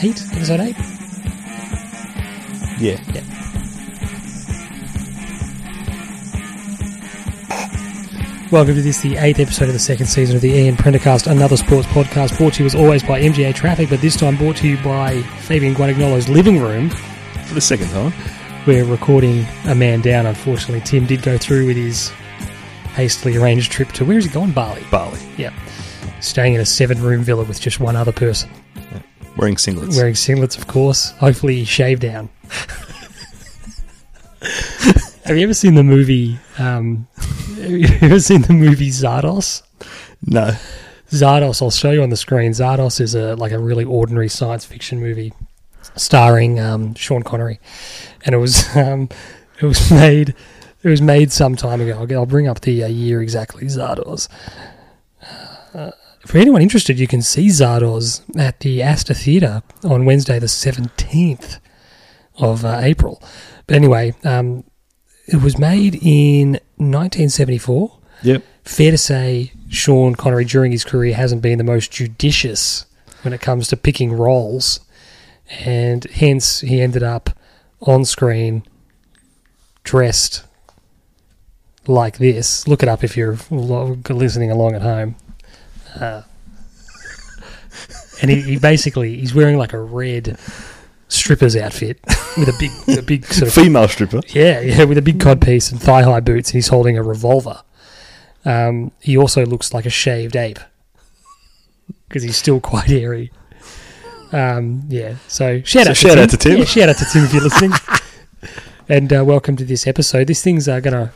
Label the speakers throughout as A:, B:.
A: eight, episode eight.
B: Yeah.
A: Yeah. Welcome to this, the eighth episode of the second season of the Ian Prendercast, another sports podcast brought to you as always by MGA Traffic, but this time brought to you by Fabian Guadagnolo's living room.
B: For the second time.
A: We're recording a man down, unfortunately. Tim did go through with his hastily arranged trip to where is he going? Bali.
B: Bali.
A: Yeah. Staying in a seven room villa with just one other person.
B: Wearing singlets.
A: Wearing singlets, of course. Hopefully, he shaved down. have you ever seen the movie? Um, have you ever seen the movie Zardos?
B: no.
A: Zardos, I'll show you on the screen. Zardos is a like a really ordinary science fiction movie, starring um, Sean Connery, and it was um, it was made it was made some time ago. I'll, get- I'll bring up the uh, year exactly. Zardos. Uh, for anyone interested, you can see Zardos at the Astor Theatre on Wednesday, the seventeenth of uh, April. But anyway, um, it was made in nineteen seventy four
B: Yep.
A: fair to say Sean Connery during his career hasn't been the most judicious when it comes to picking roles, and hence he ended up on screen dressed like this. Look it up if you're lo- listening along at home. Uh, and he, he basically he's wearing like a red stripper's outfit with a big, with a big sort of
B: Female stripper.
A: yeah, yeah, with a big cod piece and thigh high boots, and he's holding a revolver. Um, he also looks like a shaved ape because he's still quite hairy. Um, yeah, so shout
B: So
A: out,
B: shout
A: to, Tim.
B: out to Tim.
A: Yeah, shout out to Tim if you're listening, and uh, welcome to this episode. These things are going to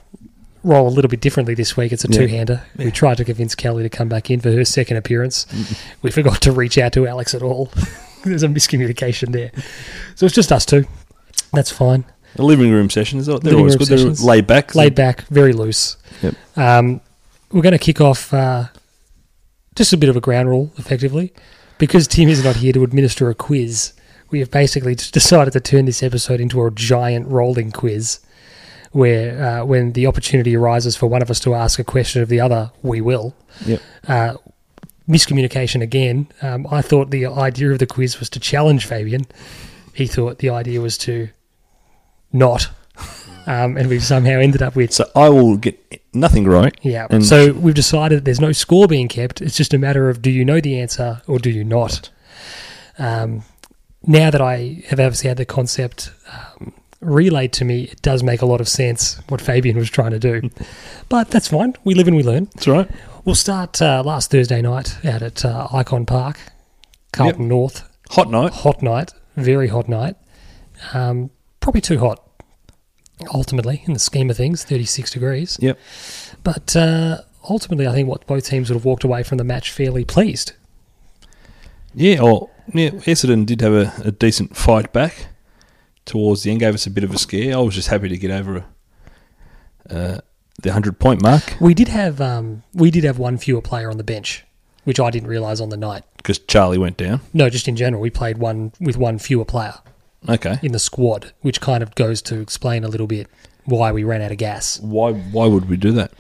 A: roll a little bit differently this week. It's a
B: Yeah.
A: two-hander. We tried to convince Kelly to come back in for her second appearance. We forgot to reach out to Alex at all. There's a miscommunication there, so it's just us two. That's fine
B: A living room session. Is that, they're
A: Living
B: always
A: room
B: good. They're
A: sessions.
B: laid back.
A: laid back, very loose.
B: Yep.
A: Um, we're going to kick off uh, just a bit of a ground rule, effectively, because Tim is not here to administer a quiz. We have basically just decided to turn this episode into a giant rolling quiz, where uh, when the opportunity arises for one of us to ask a question of the other, we will.
B: Yep.
A: Uh, miscommunication again. Um, I thought the idea of the quiz was to challenge Fabian. He thought the idea was to not. Um, and we've somehow ended up with
B: So I will get nothing right.
A: yeah.
B: And-
A: so we've decided that there's no score being kept. It's just a matter of do you know the answer or do you not. Um, now that I have obviously had the concept um, relayed to me, it does make a lot of sense what Fabian was trying to do. but that's fine. We live and we learn.
B: That's right.
A: We'll start uh, last Thursday night out at uh, Icon Park, Carlton North.
B: Hot night.
A: Hot night, very hot night. Um, probably too hot, ultimately, in the scheme of things, 36 degrees.
B: Yep.
A: But uh, ultimately, I think what both teams would have walked away from the match fairly pleased.
B: Yeah. Or yeah, Essendon did have a, a decent fight back towards the end. Gave us a bit of a scare. I was just happy to get over a, uh, the hundred point mark
A: We did have um, we did have one fewer player on the bench, which I didn't realise on the night.
B: because Charlie went down.
A: No, just in general, we played one with one fewer player
B: Okay.
A: in the squad, which kind of goes to explain a little bit why we ran out of gas.
B: Why? Why would we do that?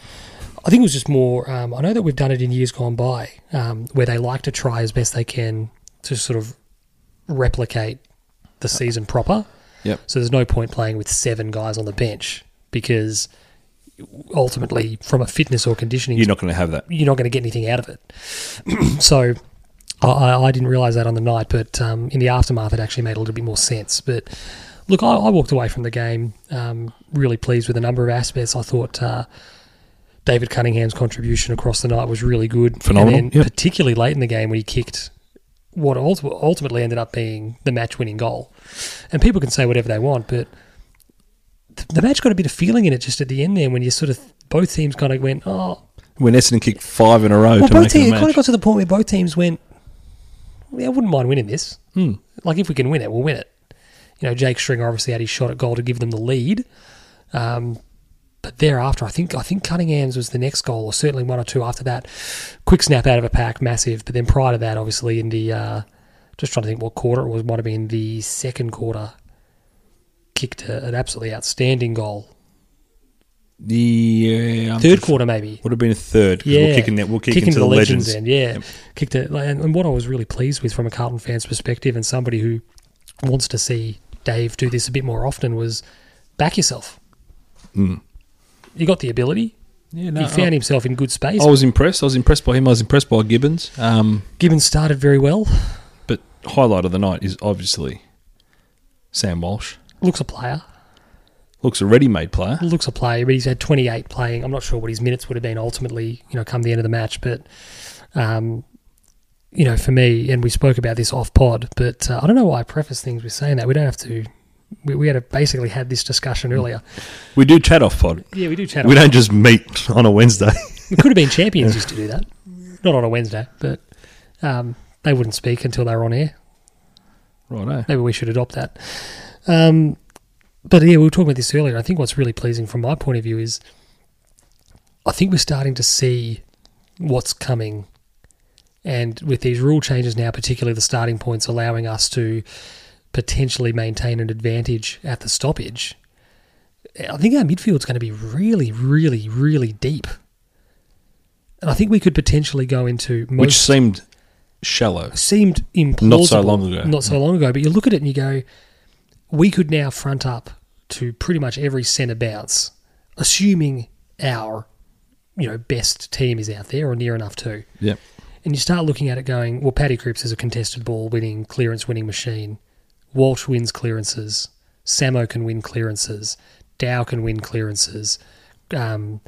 A: I think it was just more. Um, I know that we've done it in years gone by, um, where they like to try as best they can to sort of replicate the season proper.
B: Yep.
A: So there's no point playing with seven guys on the bench because ultimately, from a fitness or conditioning,
B: You're not going to have that.
A: you're not going to get anything out of it. so I- I, I didn't realize that on the night, but um, in the aftermath, it actually made a little bit more sense. But look, I, I walked away from the game um, really pleased with a number of aspects. I thought uh, David Cunningham's contribution across the night was really good.
B: Phenomenal,
A: And then
B: yep.
A: particularly late in the game when he kicked what ult- ultimately ended up being the match winning goal. And people can say whatever they want, but th- the match got a bit of feeling in it just at the end there when you sort of both teams kind of went, oh,
B: When Essendon kicked five in a row
A: well,
B: to
A: both
B: make it
A: teams
B: a
A: it kind of
B: match.
A: got to the point where both teams went, "Yeah, I wouldn't mind winning this.
B: Hmm.
A: Like if we can win it, we'll win it." You know, Jake Stringer obviously had his shot at goal to give them the lead, um, but thereafter, I think I think Cunningham's was the next goal, or certainly one or two after that. Quick snap out of a pack, massive. But then prior to that, obviously in the uh, just trying to think what quarter it was, might have been the second quarter. Kicked a, an absolutely outstanding goal
B: The uh,
A: Third quarter, maybe.
B: would have been a third. 'cause
A: Yeah.
B: we're kicking that. We're kicking,
A: Kicking
B: to
A: the,
B: the
A: legends,
B: legends.
A: in, yeah.
B: Yep.
A: Kicked it, like, and and what I was really pleased with from a Carlton fan's perspective, and somebody who wants to see Dave do this a bit more often, was back yourself.
B: Mm.
A: You got the ability.
B: Yeah, no, Oh.
A: he found
B: I,
A: himself in good space.
B: I was impressed. I was impressed by him. I was impressed by Gibbons. Um,
A: Gibbons started very well.
B: but highlight of the night is obviously Sam Walsh.
A: Looks a player.
B: Looks a ready-made player.
A: Looks a player, but he's had 28 playing. I'm not sure what his minutes would have been ultimately, you know, come the end of the match. But, um, you know, for me, and we spoke about this off pod, but uh, I don't know why I preface things with saying that. We don't have to. We, we had a, basically had this discussion earlier.
B: We do chat off pod.
A: Yeah, we do chat.
B: We don't just meet on a Wednesday.
A: We could have been champions used to do that. Not on a Wednesday, but um, they wouldn't speak until they were on air.
B: Righto.
A: Maybe we should adopt that. Um, but yeah, we were talking about this earlier. I think what's really pleasing from my point of view is I think we're starting to see what's coming. And with these rule changes now, particularly the starting points allowing us to potentially maintain an advantage at the stoppage, I think our midfield's going to be really, really, really deep. And I think we could potentially go into most
B: Which seemed shallow.
A: seemed implausible
B: Not so long ago. Mm.
A: Not so long ago, but you look at it and you go, we could now front up to pretty much every centre bounce, assuming our you know best team is out there or near enough to.
B: Yep.
A: And you start looking at it going, well, Paddy Cripps is a contested ball winning, clearance winning machine. Walsh wins clearances. Samo can win clearances. Dow can win clearances. Um,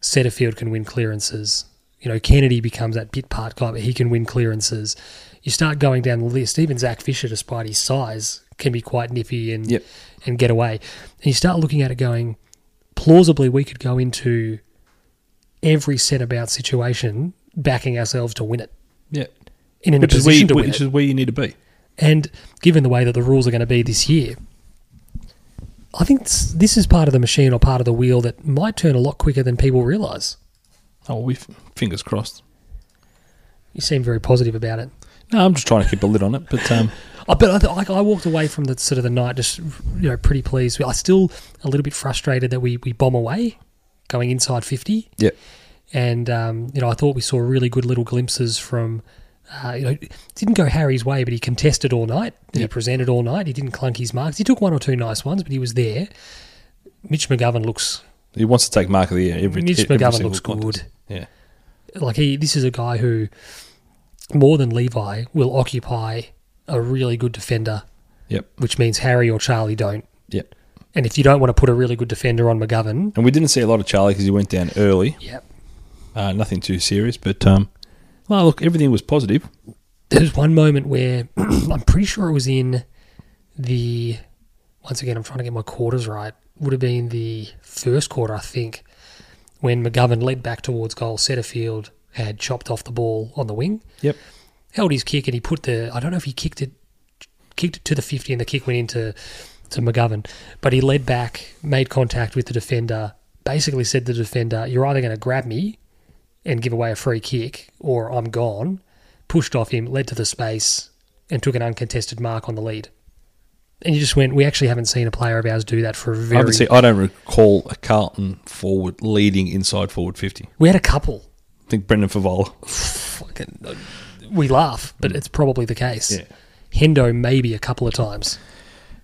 A: Setterfield can win clearances. You know, Kennedy becomes that bit part guy, but he can win clearances. You start going down the list. Even Zach Fisher, despite his size, can be quite nippy and
B: Yep.
A: and get away. And you start looking at it going, plausibly, we could go into every centre bounce situation backing ourselves to win it
B: Yep.
A: and in
B: Which
A: a
B: is, where
A: position
B: you,
A: to win it.
B: which is where you need to be.
A: And given the way that the rules are going to be this year, I think s- this is part of the machine or part of the wheel that might turn a lot quicker than people realise.
B: Oh, we fingers crossed.
A: You seem very positive about it.
B: No, I'm just trying to keep a lid on it. But um,
A: I but I, th- like I walked away from the sort of the night just you know pretty pleased. I still a little bit frustrated that we we bomb away, going inside fifty.
B: yeah,
A: and um, you know I thought we saw really good little glimpses from. Uh, you know, it didn't go Harry's way, but he contested all night. He
B: Yep.
A: presented all night. He didn't clunk his marks. He took one or two nice ones, but he was there. Mitch McGovern looks
B: he wants to take mark of the year every.
A: Mitch
B: every
A: McGovern
B: single
A: looks
B: contest. Yeah.
A: like he. This is a guy who, more than Levi, will occupy a really good defender,
B: Yep.
A: which means Harry or Charlie don't.
B: Yep.
A: And if you don't want to put a really good defender on McGovern,
B: And we didn't see a lot of Charlie because he went down early.
A: yeah,
B: Uh, nothing too serious, but um, well, look, everything was positive.
A: there's one moment where I'm pretty sure it was in the once again I'm trying to get my quarters right. Would have been the first quarter, I think, when McGovern led back towards goal. Setterfield had chopped off the ball on the wing,
B: Yep.
A: held his kick, and he put the I don't know if he kicked it kicked it to the fifty, and the kick went into to McGovern, but he led back, made contact with the defender, basically said to the defender, "You're either going to grab me and give away a free kick, or I'm gone." Pushed off him, led to the space, and took an uncontested mark on the lead. And you just went, "We actually haven't seen a player of ours do that for a
B: I
A: very."
B: haven't seen. I don't recall a Carlton forward leading inside forward fifty.
A: we had a couple.
B: I think Brendan Favola.
A: Fucking, we laugh, but it's probably the case.
B: Yeah.
A: Hendo maybe a couple of times.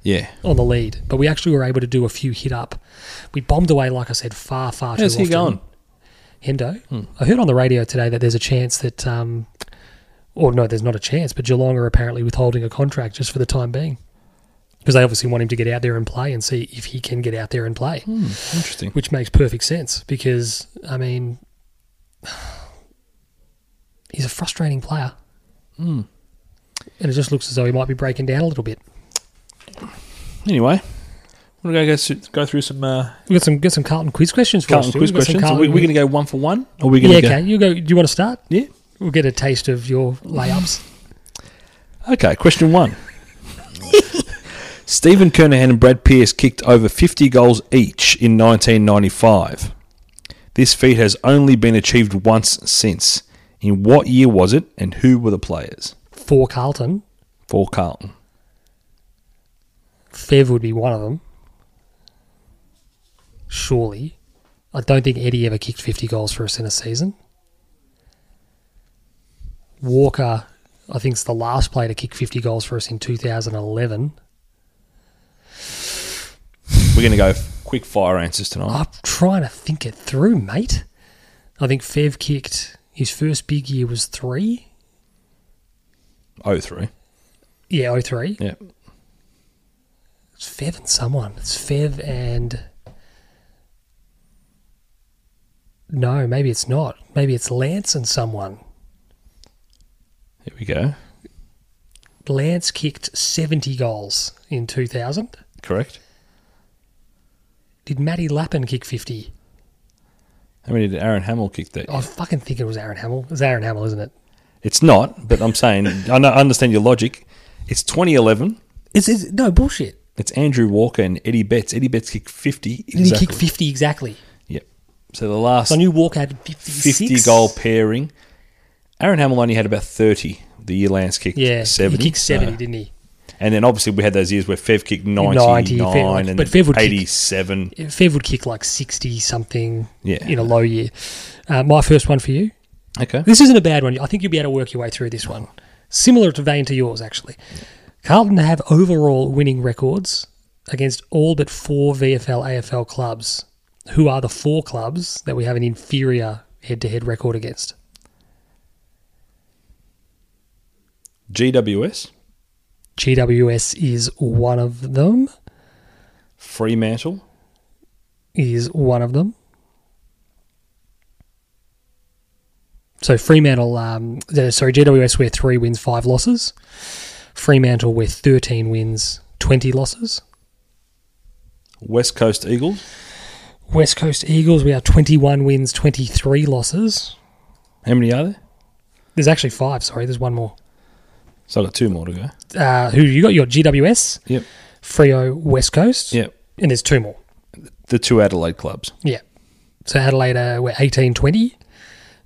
B: Yeah.
A: on the lead, but we actually were able to do a few hit up. We bombed away, like I said, far, far too
B: How's he
A: often.
B: going? Hmm.
A: Hendo. I heard on the radio today that there's a chance that, um, or no, there's not a chance, but Geelong are apparently withholding a contract just for the time being because they obviously want him to get out there and play and see if he can get out there and play,
B: Hmm. Interesting.
A: which makes perfect sense because, I mean, he's a frustrating player.
B: Hmm.
A: And it just looks as though he might be breaking down a little bit.
B: Anyway, we're gonna go go, go through some uh,
A: We got some got some Carlton quiz questions for
B: Carlton
A: us. too.
B: quiz
A: We've got some
B: questions. Are
A: Carlton-
B: we, are gonna go one for one? Or are we gonna
A: yeah,
B: go?
A: okay. You go. Do you want to start?
B: Yeah.
A: We'll get a taste of your layups.
B: Okay, question one. Stephen Kernahan and Brad Pearce kicked over 50 goals each in 1995. This feat has only been achieved once since. In what year was it, and who were the players
A: For Carlton,
B: for Carlton?
A: Fev would be one of them. Surely, I don't think Eddie ever kicked 50 goals for us in a season. Walker, I think, is the last player to kick 50 goals for us in 2011.
B: We're going to go quick fire answers tonight.
A: I'm trying to think it through, mate. I think Fev kicked his first big year was three.
B: Oh three.
A: Yeah, oh three.
B: Yeah.
A: It's Fev and someone. It's Fev and. No, maybe it's not. Maybe it's Lance and someone.
B: Here we go.
A: Lance kicked 70 goals in 2000.
B: Correct.
A: Did Matty Lappin kick 50?
B: How many did Aaron Hamill kick that?
A: I fucking think it was Aaron Hamill. It's Aaron Hamill, isn't it?
B: It's not, but I'm saying I know, I understand your logic. It's 2011.
A: It's, it's no bullshit.
B: It's Andrew Walker and Eddie Betts. Eddie Betts kicked 50.
A: Did he
B: exactly.
A: kick 50 exactly?
B: Yep. So the last
A: So I knew Walker had 56.
B: 50 goal pairing. Aaron Hamill only had about 30 the year Lance kicked
A: Yeah,
B: 70.
A: he kicked 70,
B: so-
A: didn't he?
B: And then obviously we had those years where Fev kicked 99
A: 90, Fev-
B: and
A: but Fev would kick-
B: 87.
A: Fev would kick like 60 something
B: Yeah.
A: in a low year. Uh, my first one for you.
B: Okay.
A: This isn't a bad one. I think you'll be able to work your way through this one. Similar to vein to yours, actually. Carlton have overall winning records against all but four VFL AFL clubs, who are the four clubs that we have an inferior head to head record against.
B: GWS,
A: GWS is one of them.
B: Fremantle,
A: Is one of them. So Fremantle, um, uh, sorry, GWS, we're three wins, five losses. Fremantle, we're 13 wins, 20 losses.
B: West Coast Eagles,
A: West Coast Eagles, we are 21 wins, 23 losses.
B: How many are there?
A: There's actually five, sorry, there's one more.
B: So I've got two more to go.
A: Uh, who you got? Your GWS,
B: Yep.
A: Frio, West Coast,
B: Yep.
A: and there's two more.
B: The two Adelaide clubs.
A: Yeah. So Adelaide, uh, we're 18 20,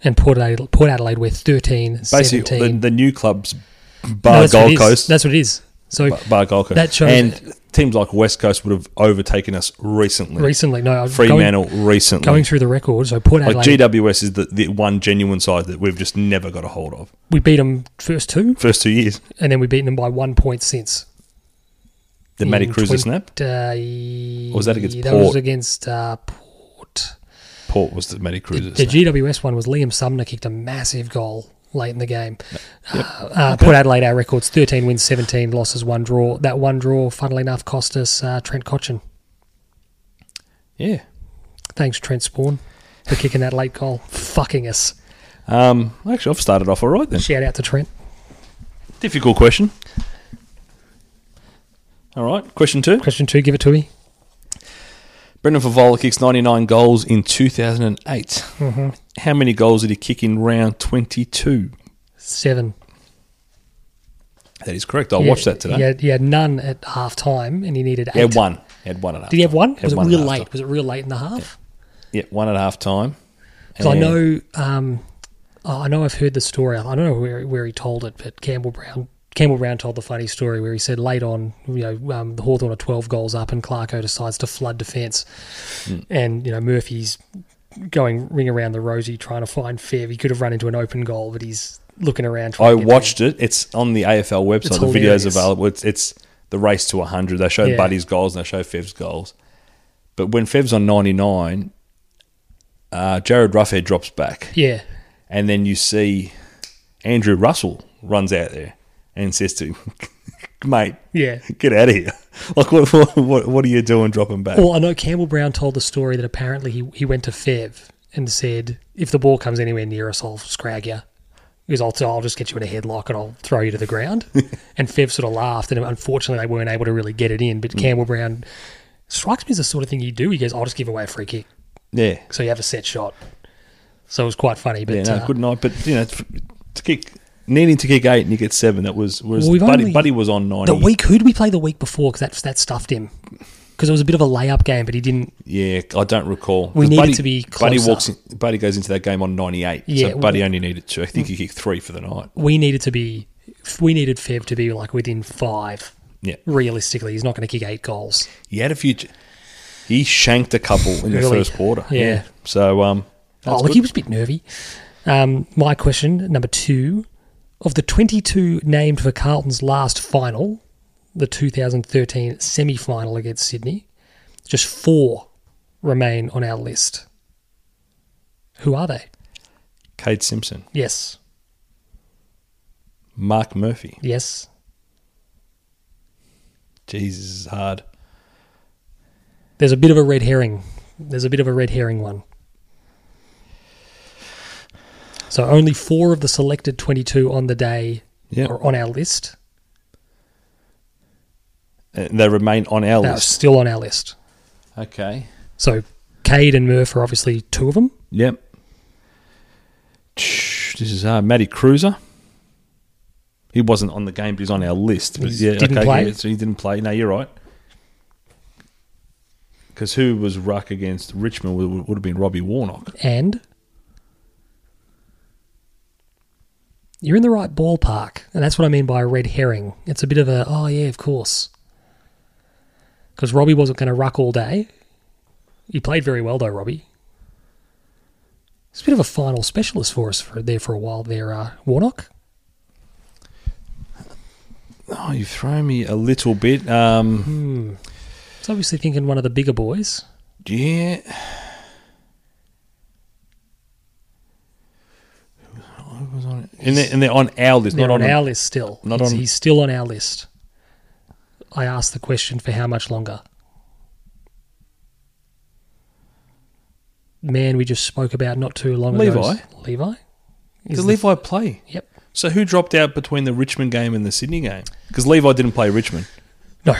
A: and Port Adelaide, Port Adelaide we're 13
B: Basically,
A: 17.
B: the, the new clubs,
A: No,
B: bar
A: that's what it
B: Gold
A: is.
B: Coast,
A: That's what it is. So
B: bar, bar Gold Coast.
A: that shows-
B: and teams like West Coast would have overtaken us recently.
A: recently, no, I'm going,
B: Fremantle recently.
A: going through the record. So Port
B: like
A: Adelaide,
B: GWS is the, the one genuine side that we've just never got a hold of.
A: we beat them first two,
B: First two years,
A: and then we've beaten them by one point since.
B: the Matty
A: In
B: Cruiser
A: 20
B: snap.
A: Uh,
B: Or was that against
A: That was
B: Port?
A: against uh, Port.
B: Port was the Matty Cruiser
A: The
B: snap.
A: GWS one was Liam Sumner kicked a massive goal late in the game. Uh, uh, Port Adelaide, our records 13 wins, 17 losses, one draw. That one draw, funnily enough, cost us uh, Trent Cochin.
B: yeah.
A: Thanks, Trent Spawn, for kicking that late goal. Fucking us.
B: Um, actually, I've started off all right then.
A: Shout out to Trent.
B: Difficult question. All right, question two.
A: Question two, give it to me.
B: Brendan Favola kicks 99 goals in 2008.
A: Mm-hmm.
B: How many goals did he kick in round 22?
A: Seven.
B: That is correct. I
A: He
B: watched
A: had-
B: that today.
A: He had, he had none at half time and he needed
B: He
A: eight.
B: had one. He had one and a half.
A: Did he have one?
B: He had
A: Was it
B: one
A: real
B: and a half
A: late? Was it real late in the half?
B: Yeah, one and a half time.
A: Because I
B: And-
A: know, um, I I know I've heard the story. I don't know where where he told it, but Campbell Brown Campbell Brown told the funny story where he said late on, you know, um, the Hawthorn are twelve goals up, and Clarko decides to flood defence,
B: Hmm.
A: and you know Murphy's going ring around the rosy trying to find Fev. He could have run into an open goal, but he's looking around. trying
B: I
A: to get
B: watched it. It's on the AFL website.
A: It's
B: the
A: hilarious.
B: video's available. It's, it's the race to 100. They show
A: Yeah.
B: Buddy's goals and they show Fev's goals. But when Fev's on 99, uh, Jared Ruffhead drops back.
A: there. Yeah,
B: And then you see Andrew Russell runs out there and says to him, mate,
A: yeah.
B: get out of here. Like, what, what, what, what are you doing dropping back?
A: Well, I know Campbell Brown told the story that apparently he, he went to Fev and said, if the ball comes anywhere near us, I'll scrag you. Because I'll, I'll just get you in a headlock and I'll throw you to the ground. and Fev sort of laughed. And unfortunately, they weren't able to really get it in. But
B: Mm.
A: Campbell Brown strikes me as the sort of thing you do. He goes, I'll just give away a free kick.
B: yeah.
A: So you have a set shot. So it was quite funny. But
B: Yeah, no,
A: uh,
B: good night. But, you know, f- to kick, needing to kick eight and you get seven, that was, whereas
A: Well, we've
B: Buddy,
A: only-
B: Buddy was on 90.
A: the week, who did we play the week before? Because that, that stuffed him. Because it was a bit of a layup game, but he didn't.
B: Yeah, I don't recall.
A: We
B: 'Cause
A: needed to be
B: Buddy
A: closer.
B: walks. In, Buddy goes into that game on ninety eight.
A: Yeah,
B: so
A: well- hmm.
B: Buddy only needed two. I think he kicked three for the night.
A: We needed to be. We needed Fev to be like within five
B: Yeah,
A: realistically, he's not going to kick eight goals.
B: he had a few. ch- He shanked a couple in the
A: Really?
B: first quarter.
A: Yeah.
B: So um,
A: Oh,
B: that's
A: look,
B: good.
A: he was a bit nervy. Um, my question number two: of the twenty-two named for Carlton's last final, the 2013 semi-final against Sydney, just four remain on our list. Who are they?
B: Cade Simpson,
A: Yes,
B: Mark Murphy.
A: yes.
B: Jeez, this is hard.
A: There's a bit of a red herring. There's a bit of a red herring one. So only four of the selected 22 on the day
B: Yeah,
A: are on our list.
B: and Uh, they remain on our
A: They're
B: list.
A: still on our list.
B: Okay.
A: So Cade and Murph are obviously two of them.
B: Yep. This is hard. Matty Cruiser. He wasn't on the game, but he's on our list. But
A: He's-
B: yeah,
A: didn't
B: okay,
A: play?
B: yeah, so he didn't play. No, you're right. Because who was ruck against Richmond would, would have been Robbie Warnock.
A: And you're in the right ballpark. And that's what I mean by a red herring. It's a bit of a, oh, yeah, of course. Because Robbie wasn't going to ruck all day. He played very well, though, Robbie. He's a bit of a final specialist for us for there for a while there, uh, Warnock.
B: Oh, you've thrown me a little bit. Um,
A: Hmm. He's obviously thinking one of the bigger boys.
B: yeah. Who was on it? And they're, and they're on our list,
A: They're
B: not
A: on
B: on,
A: our list still.
B: not
A: he's,
B: on-
A: he's still on our list. I asked the question for how much longer? Man, we just spoke about not too long ago.
B: Levi?
A: Levi? Is
B: Did
A: the-
B: Levi play?
A: Yep.
B: So who dropped out between the Richmond game and the Sydney game? Because Levi didn't play Richmond.
A: No.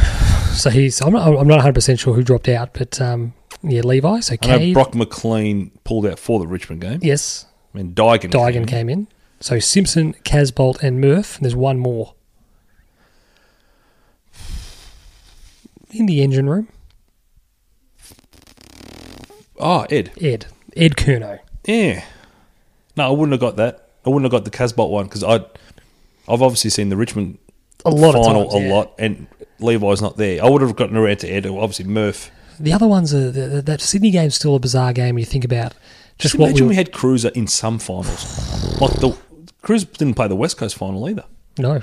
A: So he's. I'm not, I'm not 100% sure who dropped out, but um, yeah, Levi. So
B: I know
A: Cade.
B: Brock McLean pulled out for the Richmond game.
A: yes.
B: And Dygan.
A: Dygan
B: in.
A: came in. So Simpson, Casbolt, and Murph. There's one more. In the engine room,
B: Oh, Ed.
A: Ed. Ed Kurnow.
B: Yeah. No, I wouldn't have got that. I wouldn't have got the Casbolt one because I, I've obviously seen the Richmond
A: a lot
B: final
A: of times,
B: a
A: yeah.
B: lot, and Levi's not there. I would have gotten around to Ed. Obviously Murph.
A: The other ones are the, the, that Sydney game's still a bizarre game. You think about just
B: Just
A: what we,
B: imagine we, had Cruiser in some finals. like the Cruiser didn't play the West Coast final either.
A: no.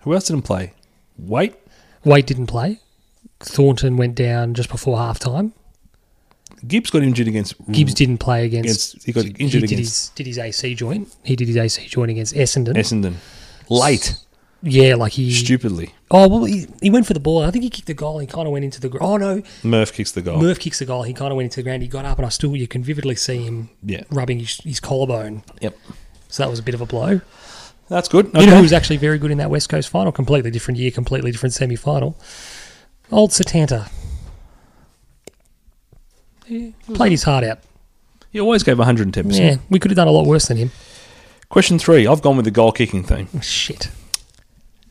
B: Who else didn't play? Wait,
A: Wade didn't play. Thornton went down just before half time.
B: Gibbs got injured against
A: Gibbs didn't play against.
B: Mm. Against- he got injured
A: did
B: against-
A: His, did his AC joint? He did his AC joint against Essendon.
B: Essendon. Late,
A: yeah, like he.
B: stupidly.
A: oh well, he, he went for the ball. I think he kicked the goal. And he kind of went into the. gr- Oh no,
B: Murph kicks the goal.
A: Murph kicks the goal. He kind of went into the ground. He got up, and I still you can vividly see him
B: Yeah.
A: rubbing his, his collarbone.
B: Yep.
A: So that was a bit of a blow.
B: That's good.
A: You know
B: Okay.
A: who was actually very good in that West Coast final? Completely different year, completely different semi final. Old Satanta. Played his heart out.
B: He always gave 110%.
A: Yeah, we could have done a lot worse than him. Oh,
B: Question three. I've gone with the goal kicking theme.
A: Shit.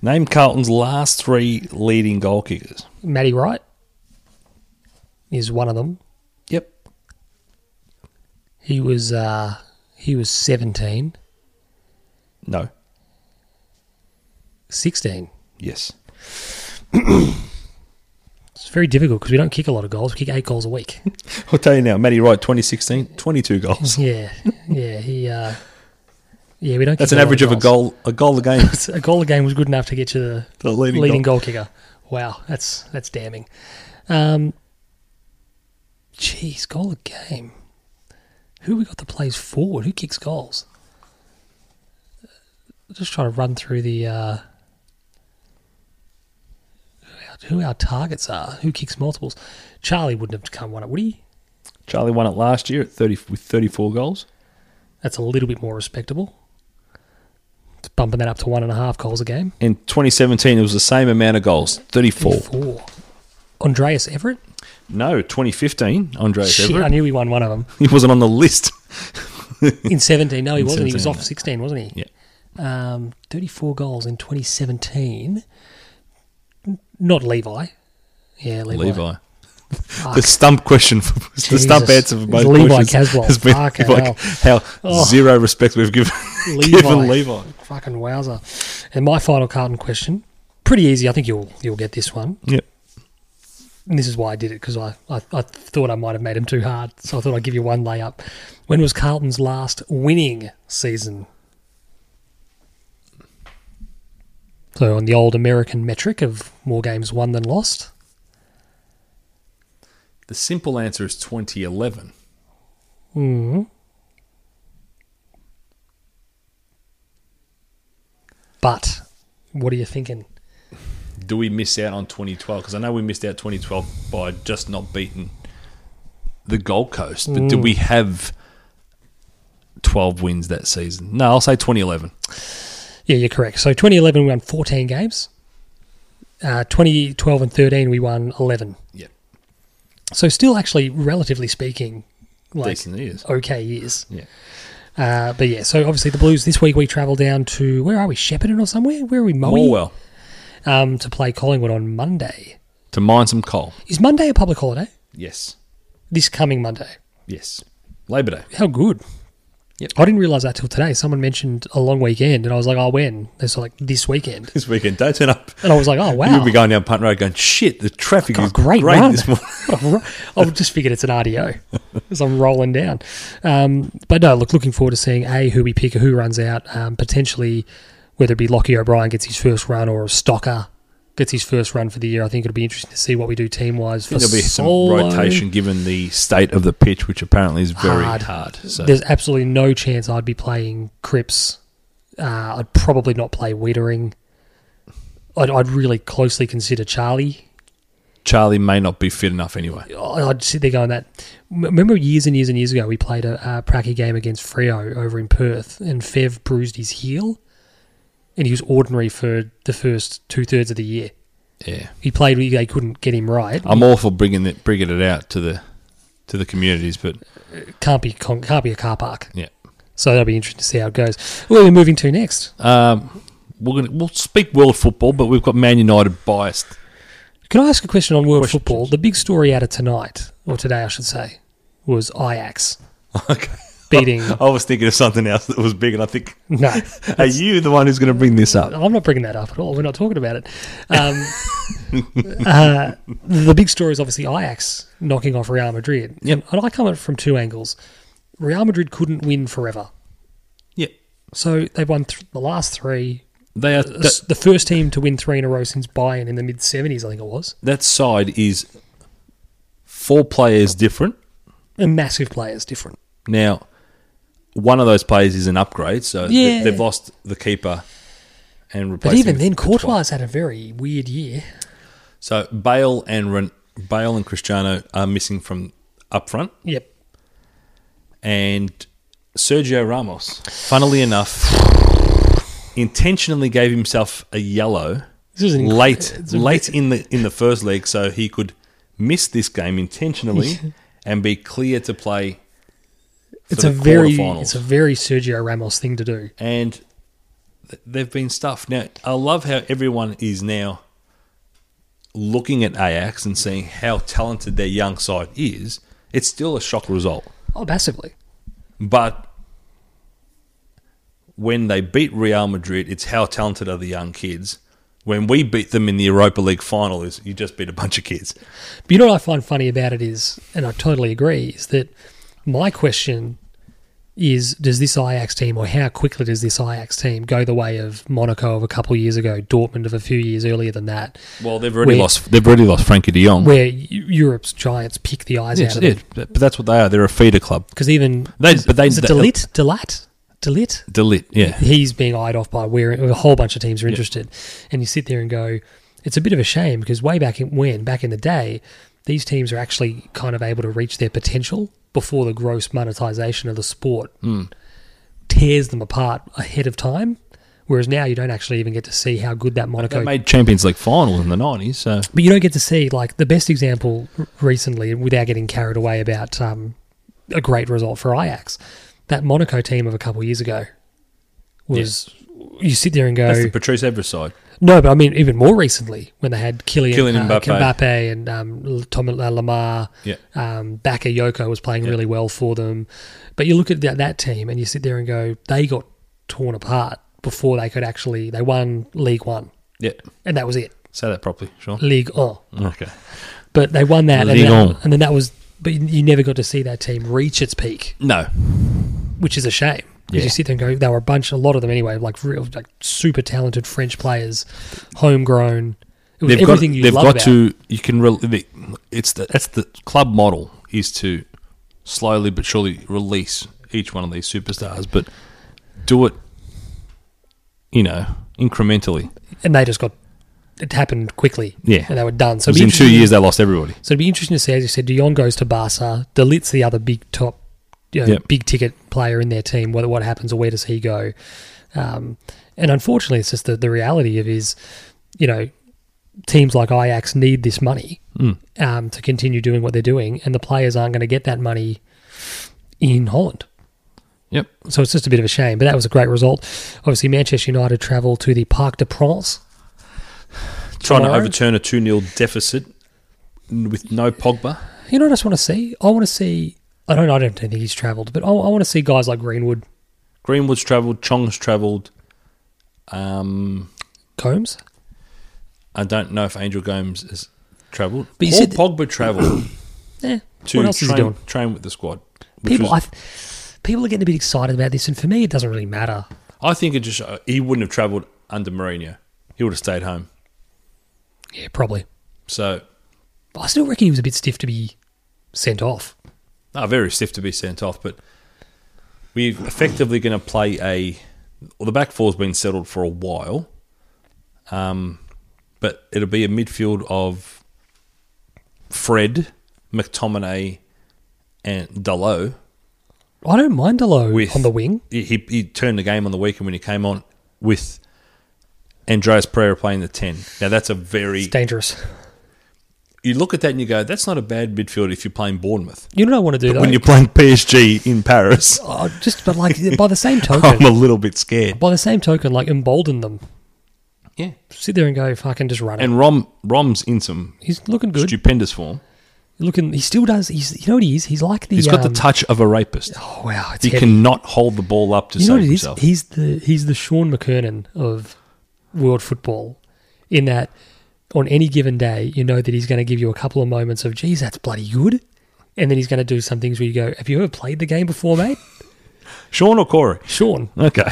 B: Name Carlton's last three leading goal kickers.
A: Matty Wright is one of them.
B: Yep.
A: He was uh, he was 17,
B: No.
A: 16.
B: Yes.
A: It's very difficult because we don't kick a lot of goals. We kick eight goals a week.
B: I'll tell you now. Matty Wright, 2016, 22 goals.
A: yeah, yeah. He, uh, yeah, we don't.
B: That's
A: kick
B: an
A: lot
B: average of a
A: goals.
B: goal a goal a game.
A: a goal a game was good enough to get you the,
B: The
A: leading,
B: leading
A: goal. kicker. Wow, that's that's damning. Um, jeez, goal a game. Who we got that plays forward? Who kicks goals? Just trying to run through the uh, who our- who our targets are. Who kicks multiples? Charlie wouldn't have come one up, would he?
B: Charlie won it last year at 30 with 34 goals.
A: That's a little bit more respectable. It's bumping that up to one and a half goals a game.
B: In 2017, it was the same amount of goals, 34.
A: Four. Andreas Everett.
B: No, 2015, Andreas
A: Shit, I
B: Everett.
A: knew he won one of them.
B: He wasn't on the list.
A: In 17, no, he
B: In
A: wasn't. he was
B: 17,
A: off 16, wasn't he?
B: Yeah.
A: Um, 34 goals in 2017. N- Not Levi. Yeah, Levi.
B: Levi.
A: Fuck.
B: The stump question, for, the stump
A: Jesus.
B: answer for
A: It's
B: both
A: Levi
B: questions
A: Caswell.
B: has been
A: Fucking hell.
B: like how
A: Oh.
B: zero respect we've given
A: Levi.
B: given Levi.
A: Fucking wowzer. And my final Carlton question. Pretty easy. I think you'll you'll get this one.
B: Yep.
A: and this is why I did it because I, I, I thought I might have made him too hard. So I thought I'd give you one layup. When was Carlton's last winning season? So on the old American metric of more games won than lost.
B: The simple answer is 2011.
A: hmm But what are you thinking?
B: Do we miss out on 2012? Because I know we missed out 2012 by just not beating the Gold Coast. But
A: Mm.
B: do we have 12 wins that season? No, I'll say 2011.
A: Yeah, you're correct. So 2011 we won 14 games. Uh, 2012 and 13 we won 11.
B: Yep.
A: So still actually relatively speaking like
B: Decent years.
A: okay years.
B: Yeah.
A: Uh, but yeah, so obviously the Blues this week we travel down to where are we? Shepparton or somewhere? Where are we? Moe
B: Morwell
A: um, to play Collingwood on Monday.
B: to mine some coal.
A: Is Monday a public holiday?
B: Yes.
A: This coming Monday.
B: Yes. Labor Day.
A: How good.
B: Yep.
A: I didn't realise that till today. Someone mentioned a long weekend, and I was like, "Oh, when?" They're like, "This weekend,"
B: This weekend. Don't turn up.
A: and I was like, "Oh, wow." Oh,
B: You'll be going down Punt Road going, shit, the traffic is
A: great
B: great,
A: run.
B: this morning.
A: What a ro- I've just figured it's an RDO as I'm rolling down. Um, but no, look, looking forward to seeing a who we pick, who runs out, um, potentially whether it be Lockie O'Brien gets his first run or Stocker gets his first run for the year. I think it'll be interesting to see what we do team wise for
B: There'll be some
A: solo.
B: rotation given the state of the pitch, which apparently is very
A: Hard.
B: hard. So
A: There's absolutely no chance I'd be playing Cripps. Uh, I'd probably not play Wietering. I'd, I'd really closely consider Charlie.
B: Charlie may not be fit enough anyway.
A: I- I'd sit there going that. m- Remember years and years and years ago, we played a, uh pracky game against Freo over in Perth, and Fev bruised his heel, and he was ordinary for the first two thirds of the year.
B: Yeah,
A: He played; they couldn't get him right.
B: I'm all for bringing it, bringing it out to the to the communities, but
A: can't be con- can't be a car park.
B: yeah,
A: So that'll be interesting to see how it goes. Where are we moving to next?
B: um, we're gonna we'll speak world football, but we've got Man United biased.
A: Can I ask a question on world
B: Question.
A: football? The big story out of tonight, or today, I should say, was Ajax
B: Okay,
A: beating.
B: I was thinking of something else that was big, and I think
A: no,
B: are you the one who's going to bring this up?
A: I'm not bringing that up at all. We're not talking about it. Um, uh, the big story is obviously Ajax knocking off Real Madrid.
B: Yep.
A: And I come at it from two angles. Real Madrid couldn't win forever.
B: Yeah,
A: So they've won th- the last three.
B: they are.
A: The, the first team to win three in a row since Bayern in the mid 70s, I think it was.
B: that side is four players different.
A: And massive players, different.
B: Now, one of those players is an upgrade, so th-
A: Yeah.
B: they've lost the keeper and
A: But
B: replaced.
A: even
B: him
A: then,
B: with Courtois.
A: Courtois had a very weird year.
B: So Bale and Ren- Bale and Cristiano are missing from up front,
A: Yep.
B: and Sergio Ramos, funnily enough, intentionally gave himself a yellow
A: This is an
B: late, late in the in the first leg, so he could miss this game intentionally and be clear to play. for
A: It's
B: the
A: a very
B: quarterfinals.
A: it's a very Sergio Ramos thing to do.
B: and th- they've been stuffed. Now, I love how everyone is now looking at Ajax and seeing how talented their young side is. It's still a shock result,
A: Oh, massively.
B: but when they beat Real Madrid, it's how talented are the young kids. When we beat them in the Europa League final, is you just beat a bunch of kids.
A: But you know what I find funny about it is, and I totally agree, is that my question is does this Ajax team, or how quickly does this Ajax team go the way of Monaco of a couple of years ago, Dortmund of a few years earlier than that,
B: Well, they've already
A: We-
B: lost. They've already lost Frankie De Jong.
A: where Eu- Europe's giants pick the eyes
B: Yes,
A: out of
B: yeah,
A: them?
B: but that's what they are. They're a feeder club.
A: Because even
B: They, but they,
A: is it Delit, Delat, Delit,
B: Delit, yeah.
A: he's being eyed off by where a whole bunch of teams are interested, and you sit there and go, it's a bit of a shame because way back in, when back in the day, these teams are actually kind of able to reach their potential before the gross monetization of the sport tears them apart ahead of time. Whereas now you don't actually even get to see how good that Monaco
B: They made Champions League final in the nineties, so
A: but you don't get to see like the best example r- recently without getting carried away about um, a great result for Ajax. That Monaco team of a couple of years ago was you sit there and go
B: That's the Patrice Evra side.
A: no, but I mean even more recently when they had Kylian,
B: Kylian
A: uh,
B: Mbappe.
A: Mbappe and um, L- Tom uh, Lamar,
B: Yeah.
A: um, Baka Yoko was playing really well for them. But you look at that, that team and you sit there and go they got torn apart before they could actually they won League One
B: Yeah.
A: and that was it oh,
B: Say that properly, Sean.
A: Mm. League One.
B: Okay.
A: But they won that, and,
B: Lyon.
A: that, and then that was. But you- you never got to see that team reach its peak,
B: No.
A: which is a shame. Because
B: Yeah.
A: you sit there and go, they were a bunch, a lot of them anyway, like real, like super talented French players, homegrown. It was
B: They've got,
A: everything you
B: they've
A: love
B: got
A: about it.
B: to, you can, re- the- it's the, that's the club model is to slowly but surely release each one of these superstars, but do it, you know, incrementally.
A: and they just got it happened quickly.
B: Yeah.
A: and they were done. So it'd
B: Because
A: be
B: in two
A: interesting-
B: years they lost everybody.
A: so it'd be interesting to see. As you said, Dion goes to Barca. Delit's the other big top, you know,
B: Yep.
A: big ticket player in their team. What what happens or where does he go? Um, and unfortunately, it's just the the reality of is, you know, teams like Ajax need this money
B: Mm.
A: um, to continue doing what they're doing, and the players aren't going to get that money in Holland.
B: Yep.
A: So it's just a bit of a shame, but that was a great result. Obviously, Manchester United travel to the Parc de Prince.
B: Trying to
A: Tomorrow?
B: overturn a 2 0 deficit n- with no Pogba.
A: You know what I just want to see? I want to see. I don't. I don't think he's travelled, but I, I want to see guys like Greenwood,
B: Greenwood's travelled, Chong's travelled. Um,
A: Combs.
B: I don't know if Angel Gomes has travelled.
A: But you
B: Or
A: said-
B: Pogba travelled
A: Yeah.
B: to
A: what else
B: train,
A: is he doing?
B: train with the squad. Which
A: People,
B: was-
A: I, th- people are getting a bit excited about this, and for me, it doesn't really matter.
B: I think it just uh, he wouldn't have travelled under Mourinho. He would have stayed home.
A: Yeah, probably.
B: So,
A: But I still reckon he was a bit stiff to be sent off.
B: ah, very stiff to be sent off. But we're effectively going to play a. Well, the back four's been settled for a while, um, but it'll be a midfield of Fred, McTominay, and Dalot.
A: I don't mind Delo
B: With-
A: on the wing.
B: He, he, he turned the game on the weekend when he came on with Andreas Pereira playing the ten. Now that's a very
A: It's dangerous.
B: you look at that and you go, that's not a bad midfield if you're playing Bournemouth.
A: You know what I want to do though.
B: When you're playing PSG in Paris,
A: Oh, just but like by the same
B: I'm
A: token,
B: a little bit scared.
A: by the same token, like embolden them.
B: Yeah.
A: Sit there and go, fucking just run it.
B: And Rom Rom's in some
A: he's looking good.
B: stupendous form.
A: Looking, he still does. He's you know what he is. He's like the.
B: He's got
A: um,
B: the touch of a rapist.
A: Oh wow, it's
B: He
A: heavy.
B: cannot hold the ball up to
A: You know what
B: save
A: it is?
B: himself.
A: He's the he's the Sean McKernan of world football, in that on any given day, you know that he's going to give you a couple of moments of "Geez, that's bloody good," and then he's going to do some things where you go, "Have you ever played the game before, mate?"
B: Sean or Corey?
A: Sean,
B: Okay.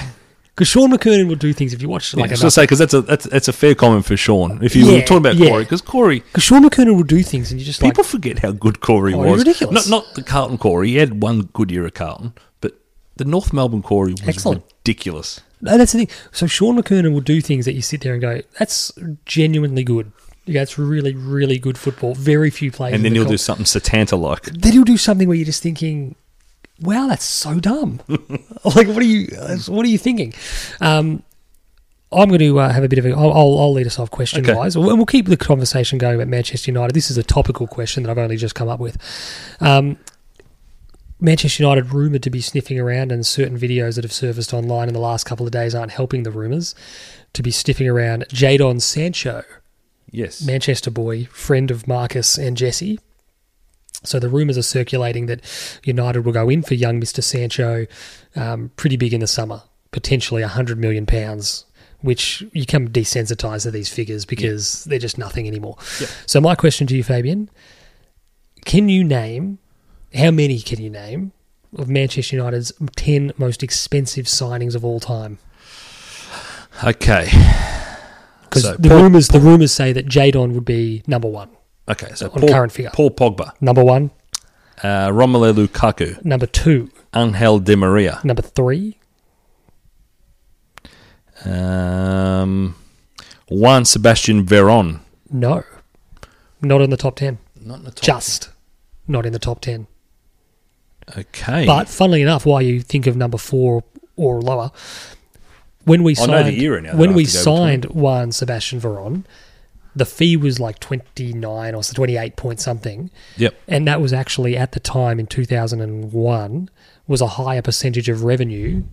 A: because Sean McKernan will do things if you watch
B: Yeah,
A: like
B: I was
A: yeah,
B: going to say, because that's a, that's, that's a fair comment for Sean. If you were
A: Yeah,
B: talking about
A: yeah.
B: Corey, because Corey,
A: because Sean McKernan will do things and you just
B: people
A: like
B: forget how good Corey
A: Oh, he's
B: was.
A: ridiculous.
B: Not, not the Carlton Corey. He had one good year at Carlton, but the North Melbourne Corey was
A: Excellent.
B: ridiculous.
A: no, that's the thing. So Sean McKernan will do things that you sit there and go, "That's genuinely good." You go, "That's really really good football." Very few players,
B: And
A: in
B: then
A: the
B: he'll
A: comp-
B: do something Satanta like.
A: then he'll do something where you're just thinking, "Wow, that's so dumb." like, what are you? What are you thinking? Um, I'm going to uh, have a bit of a. I'll, I'll I'll lead us off question wise, and we'll keep the conversation going about Manchester United. This is a topical question that I've only just come up with. Um, Manchester United rumored to be sniffing around, and certain videos that have surfaced online in the last couple of days aren't helping the rumors. To be sniffing around Jadon Sancho.
B: Yes.
A: Manchester boy, friend of Marcus and Jesse. So the rumours are circulating that United will go in for young Mr. Sancho, um, pretty big in the summer, potentially hundred million pounds. Which you can desensitise to these figures because they're just nothing anymore.
B: Yep.
A: So my question to you, Fabian, can you name how many can you name of Manchester United's ten most expensive signings of all time?
B: Okay.
A: Because
B: So
A: the
B: Paul-
A: rumours the rumours say that Jadon would be number one.
B: Okay, so
A: On
B: Paul,
A: current figure.
B: Paul Pogba,
A: Number one,
B: uh, Romelu Lukaku,
A: number two,
B: Angel Di Maria,
A: number three,
B: um, Juan Sebastian Veron.
A: no, not in the top ten,
B: Not in the top.
A: just not in the top ten.
B: Okay.
A: But funnily enough, why you think of number four or lower? When we
B: I
A: signed,
B: know the era now that I
A: when
B: have
A: we
B: to go between.
A: signed Juan Sebastian Veron, the fee was like twenty nine or twenty eight point something,
B: yep.
A: and that was actually at the time in two thousand and one was a higher percentage of revenue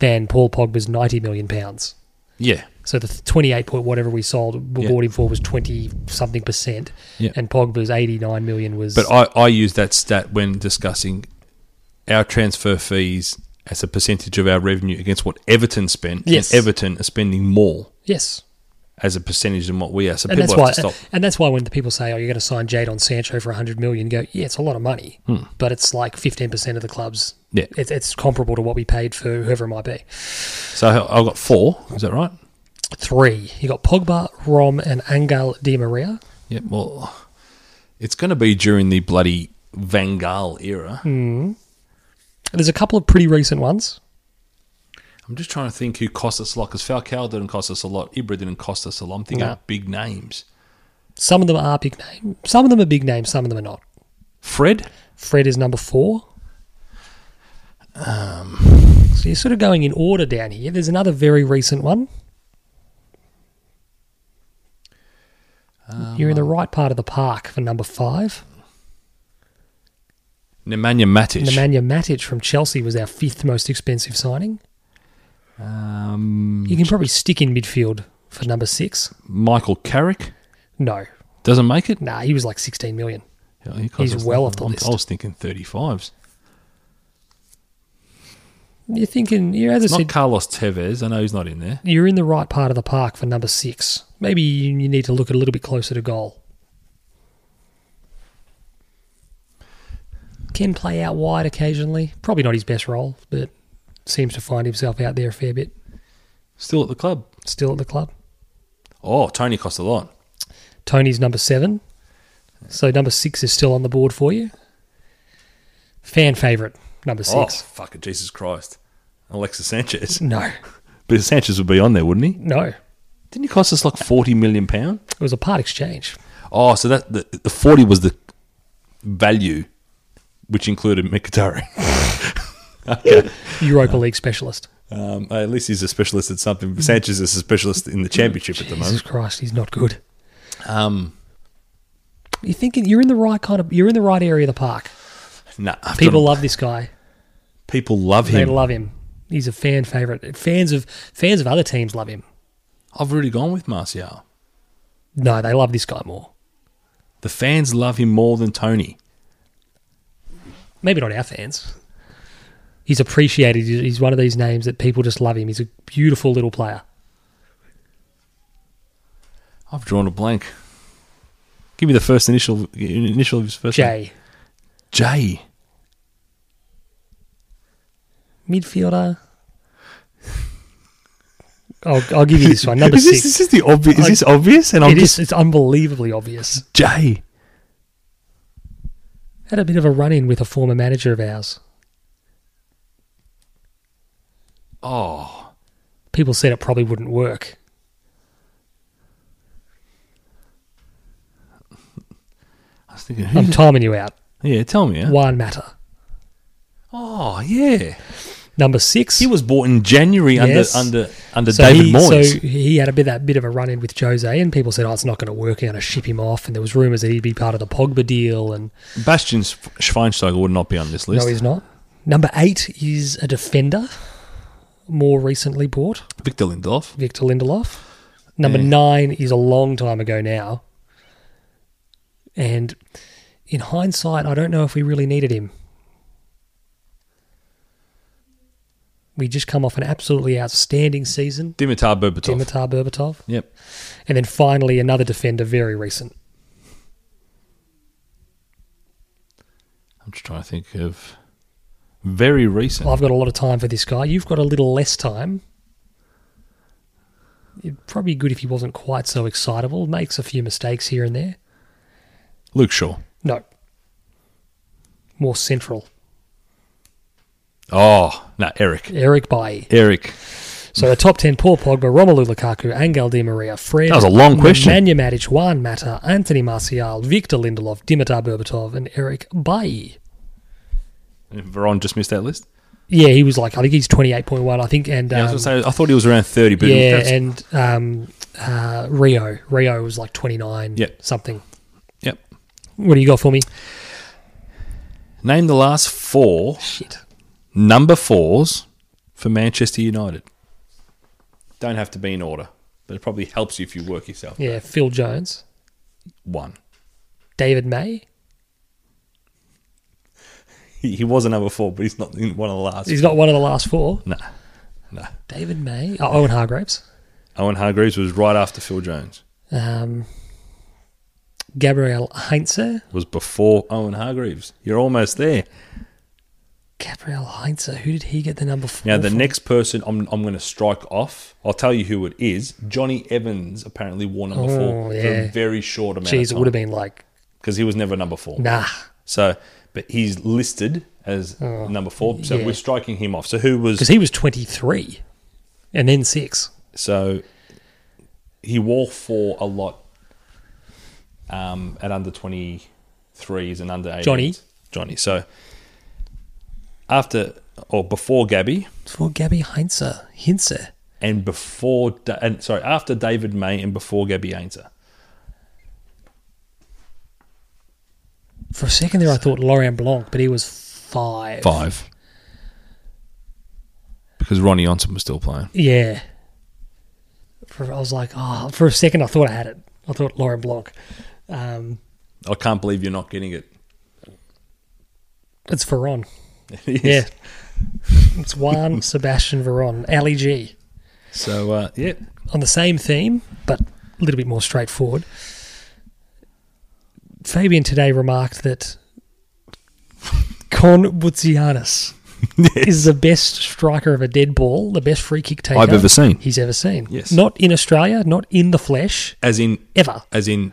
A: than Paul Pogba's ninety million pounds.
B: Yeah.
A: So the th- 28 point whatever we sold, we
B: Yeah.
A: bought him for was 20 something percent.
B: Yeah.
A: And Pogba's 89 million was.
B: But I, I use that stat when discussing our transfer fees as a percentage of our revenue against what Everton spent.
A: Yes.
B: And Everton are spending more.
A: yes.
B: as a percentage than what we are. So
A: And
B: people
A: that's
B: have
A: why, uh,
B: to stop.
A: and that's why when the people say, "Oh, you're going to sign Jadon Sancho for 100 million, you go, "Yeah, it's a lot of money,
B: Hmm.
A: but it's like 15 percent of the clubs.
B: Yeah.
A: It's, it's comparable to what we paid for whoever it might be."
B: So I- I've got four. Is that right?
A: Three, you got Pogba, Rom, and Angel Di Maria.
B: Yeah. Well, it's going to be during the bloody Van Gaal era.
A: Hmm. There's a couple of pretty recent ones.
B: I'm just trying to think who cost us a lot because Falcao didn't cost us a lot. Ibra didn't cost us a lot. I'm thinking
A: No.
B: of big names.
A: Some of them are big name. Some of them are big names. Some of them are not.
B: Fred.
A: Fred is number four. Um, so you're sort of going in order down here. There's another very recent one. you're in the right part of the park for number five.
B: Nemanja Matic.
A: Nemanja Matic from Chelsea was our fifth most expensive signing.
B: um,
A: You can probably stick in midfield for number six.
B: Michael Carrick
A: No,
B: doesn't make it.
A: nah, he was like 16 million.
B: Yeah, he cost
A: He's
B: us
A: well
B: nothing.
A: off the
B: I'm-
A: list.
B: I was thinking 35s.
A: You're thinking, you're as I
B: Not
A: said,
B: Carlos Tevez. I know he's not in there.
A: you're in the right part of the park for number six. Maybe you you need to look a little bit closer to goal. Can play out wide occasionally. Probably not his best role, but seems to find himself out there a fair bit.
B: Still at the club.
A: Still at the club.
B: Oh, Tony cost a lot.
A: Tony's number seven. So number six is still on the board for you. Fan favourite, number six.
B: Oh, fucking Jesus Christ. Alexis Sanchez.
A: No,
B: But Sanchez would be on there, wouldn't he?
A: no. It
B: Didn't he cost us like 40 million pound?
A: was a part exchange.
B: Oh, so that the, the 40 was the value, which included Mkhitaryan. okay.
A: Europa League specialist.
B: Um, at least he's a specialist at something. Sanchez is a specialist in the championship at the
A: Mm-hmm. Jesus
B: moment.
A: Christ, he's not good.
B: Um,
A: You're thinking you're in the right kind of you're in the right area of the park.
B: nah, I've
A: People
B: got-
A: love this guy.
B: people love
A: They
B: him.
A: love him. He's a fan favorite. Fans of fans of other teams love him.
B: I've already gone with Martial.
A: No, they love this guy more.
B: The fans love him more than Tony.
A: Maybe not our fans. He's appreciated. He's he's one of these names that people just love him. He's a beautiful little player.
B: I've drawn a blank. Give me the first initial initial of his first name.
A: Jay,
B: J.
A: midfielder. I'll, I'll give you this one. Number
B: is this,
A: six.
B: Is this the obvious? Is
A: I-
B: this obvious? And I'm
A: It
B: just
A: is- It's unbelievably obvious.
B: J.
A: Had a bit of a run in with a former manager of ours.
B: Oh,
A: People said it probably wouldn't work.
B: I was thinking.
A: I'm
B: Who,
A: timing you out.
B: yeah, tell me. Hmm. Yeah.
A: One matter.
B: Oh, yeah.
A: Number six.
B: He was bought in January
A: Yes.
B: under under under
A: so
B: David
A: he,
B: Moyes.
A: So he had a bit that bit of a run in with Jose, and people said, "Oh, it's not going to work. You're going to ship him off." And there was rumours that he'd be part of the Pogba deal, and
B: Bastian Schwe- Schweinsteiger would not be on this list.
A: no, he's not. Number eight is a defender, more recently bought
B: Victor Lindelof.
A: Victor Lindelof. Number
B: Yeah.
A: nine is a long time ago now, and in hindsight, I don't know if we really needed him. We just come off an absolutely outstanding season.
B: Dimitar Berbatov.
A: Dimitar Berbatov.
B: yep.
A: And then finally, another defender, very recent.
B: I'm just trying to think of very recent.
A: I've got a lot of time for this guy. You've got a little less time. It'd probably be good if he wasn't quite so excitable. Makes a few mistakes here and there.
B: Luke Shaw.
A: No. More central.
B: Oh, no, Eric.
A: Eric Bailly.
B: Eric.
A: So a top 10, Paul Pogba, Romelu Lukaku, Angel Di Maria, Fred.
B: That was a long question.
A: Nemanja Matic, Juan Mata, Anthony Martial, Victor Lindelof, Dimitar Berbatov, and Eric Bailly.
B: Veron just missed that list.
A: Yeah, he was like, I think he's 28.1, I think. And
B: Yeah, I
A: um,
B: was going to say, I thought he was around 30, but
A: yeah,
B: that's-
A: and um, uh, Rio. Rio was like 29
B: Yep.
A: something.
B: yep.
A: What do you got for me?
B: Name the last four
A: Shit.
B: number fours for Manchester United. Don't have to be in order, but it probably helps you if you work yourself.
A: Yeah, Phil Jones,
B: One.
A: David May.
B: He, he was a number four, but he's not in one of the last.
A: He's not one of the last four. uh,
B: Nah. Nah.
A: David May. Oh, Owen Hargraves.
B: Owen Hargreaves was right after Phil Jones.
A: Um, Gabriel Heinze.
B: It was before Owen Hargreaves. You're almost there.
A: Gabriel Heinze. Who did he get the number four?
B: Now the
A: from?
B: next person I'm I'm going to strike off. I'll tell you who it is. Johnny Evans apparently wore number
A: Oh,
B: four for a
A: yeah.
B: very short amount
A: Jeez, it
B: of
A: would have
B: time
A: been like,
B: because he was never number four.
A: nah.
B: So, but he's listed as
A: Oh,
B: number four. So
A: yeah.
B: we're striking him off. So who was
A: Because he was 23 and then six.
B: So he wore four a lot um, at under 23s and under 18s.
A: Johnny.
B: Johnny. So after or before Gabby
A: For Gabby Heinze. Heinze.
B: and before Da- and sorry after David May and before Gabby Ainser.
A: For a second there, I thought Laurent Blanc, but he was five.
B: Five. Because Ronnie Onson was still playing.
A: Yeah. For, I was like, oh, for a second, I thought I had it. I thought Laurent Blanc. Um,
B: I can't believe you're not getting it.
A: it's Veron.
B: It is.
A: Yeah. it's Juan Sebastian Veron, Ali G.
B: So uh, yeah,
A: On the same theme, but a little bit more straightforward. Fabian today remarked that Con Butsianis is the best striker of a dead ball, the best free kick taker
B: I've ever seen.
A: he's ever seen.
B: Yes.
A: Not in Australia, not in the flesh,
B: As in
A: ever.
B: as in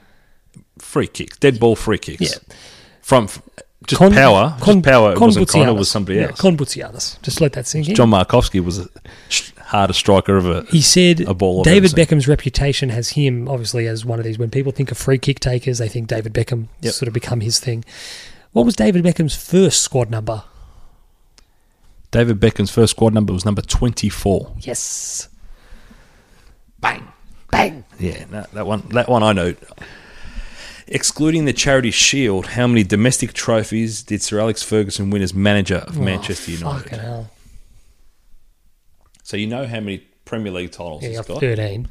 B: free kicks, dead ball free kicks.
A: Yeah.
B: From f- just power, just power. It wasn't Connor, it was somebody
A: Yeah,
B: else.
A: Con Butsianis. Just let that sink in.
B: John Markovsky was a sh- hardest striker of a.
A: He said
B: A ball I've
A: David
B: ever
A: Beckham's reputation has him obviously as one of these. When people think of free kick takers, they think David Beckham
B: Yep.
A: sort of become his thing. What was David Beckham's first squad number?
B: David Beckham's first squad number was number 24.
A: Yes.
B: Bang. Bang. Yeah, no, that one that one I know. Excluding the charity shield, how many domestic trophies did Sir Alex Ferguson win as manager of Manchester
A: Oh,
B: United?
A: Fucking hell.
B: So you know how many Premier League titles
A: Yeah,
B: he's
A: you're
B: got.
A: 13.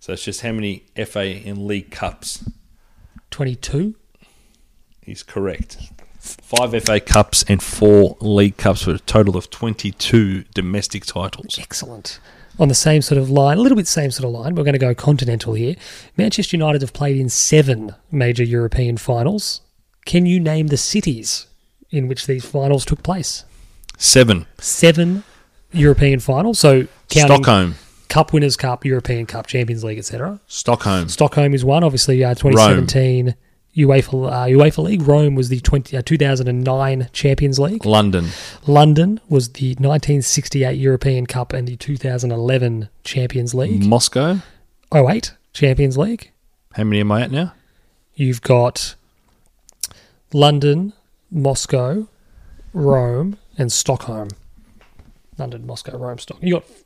B: So it's just how many FA and League Cups
A: 22?
B: He's correct. Five FA Cups and four League Cups for a total of 22 domestic titles.
A: Excellent. On the same sort of line, a little bit same sort of line, we're going to go continental here. Manchester United have played in seven major European finals. Can you name the cities in which these finals took place?
B: Seven.
A: Seven European finals. So counting
B: Stockholm.
A: Cup Winners' Cup, European Cup, Champions League, etc.
B: Stockholm.
A: Stockholm is one, obviously. Uh, 2017 UEFA uh, UEFA League. Rome was the 20, uh, 2009 Champions League.
B: London.
A: London was the 1968 European Cup and the 2011 Champions League.
B: Moscow.
A: 08 Champions League.
B: How many am I at now?
A: You've got London, Moscow, Rome, and Stockholm. London, Moscow, Rome, Stockholm. You got f-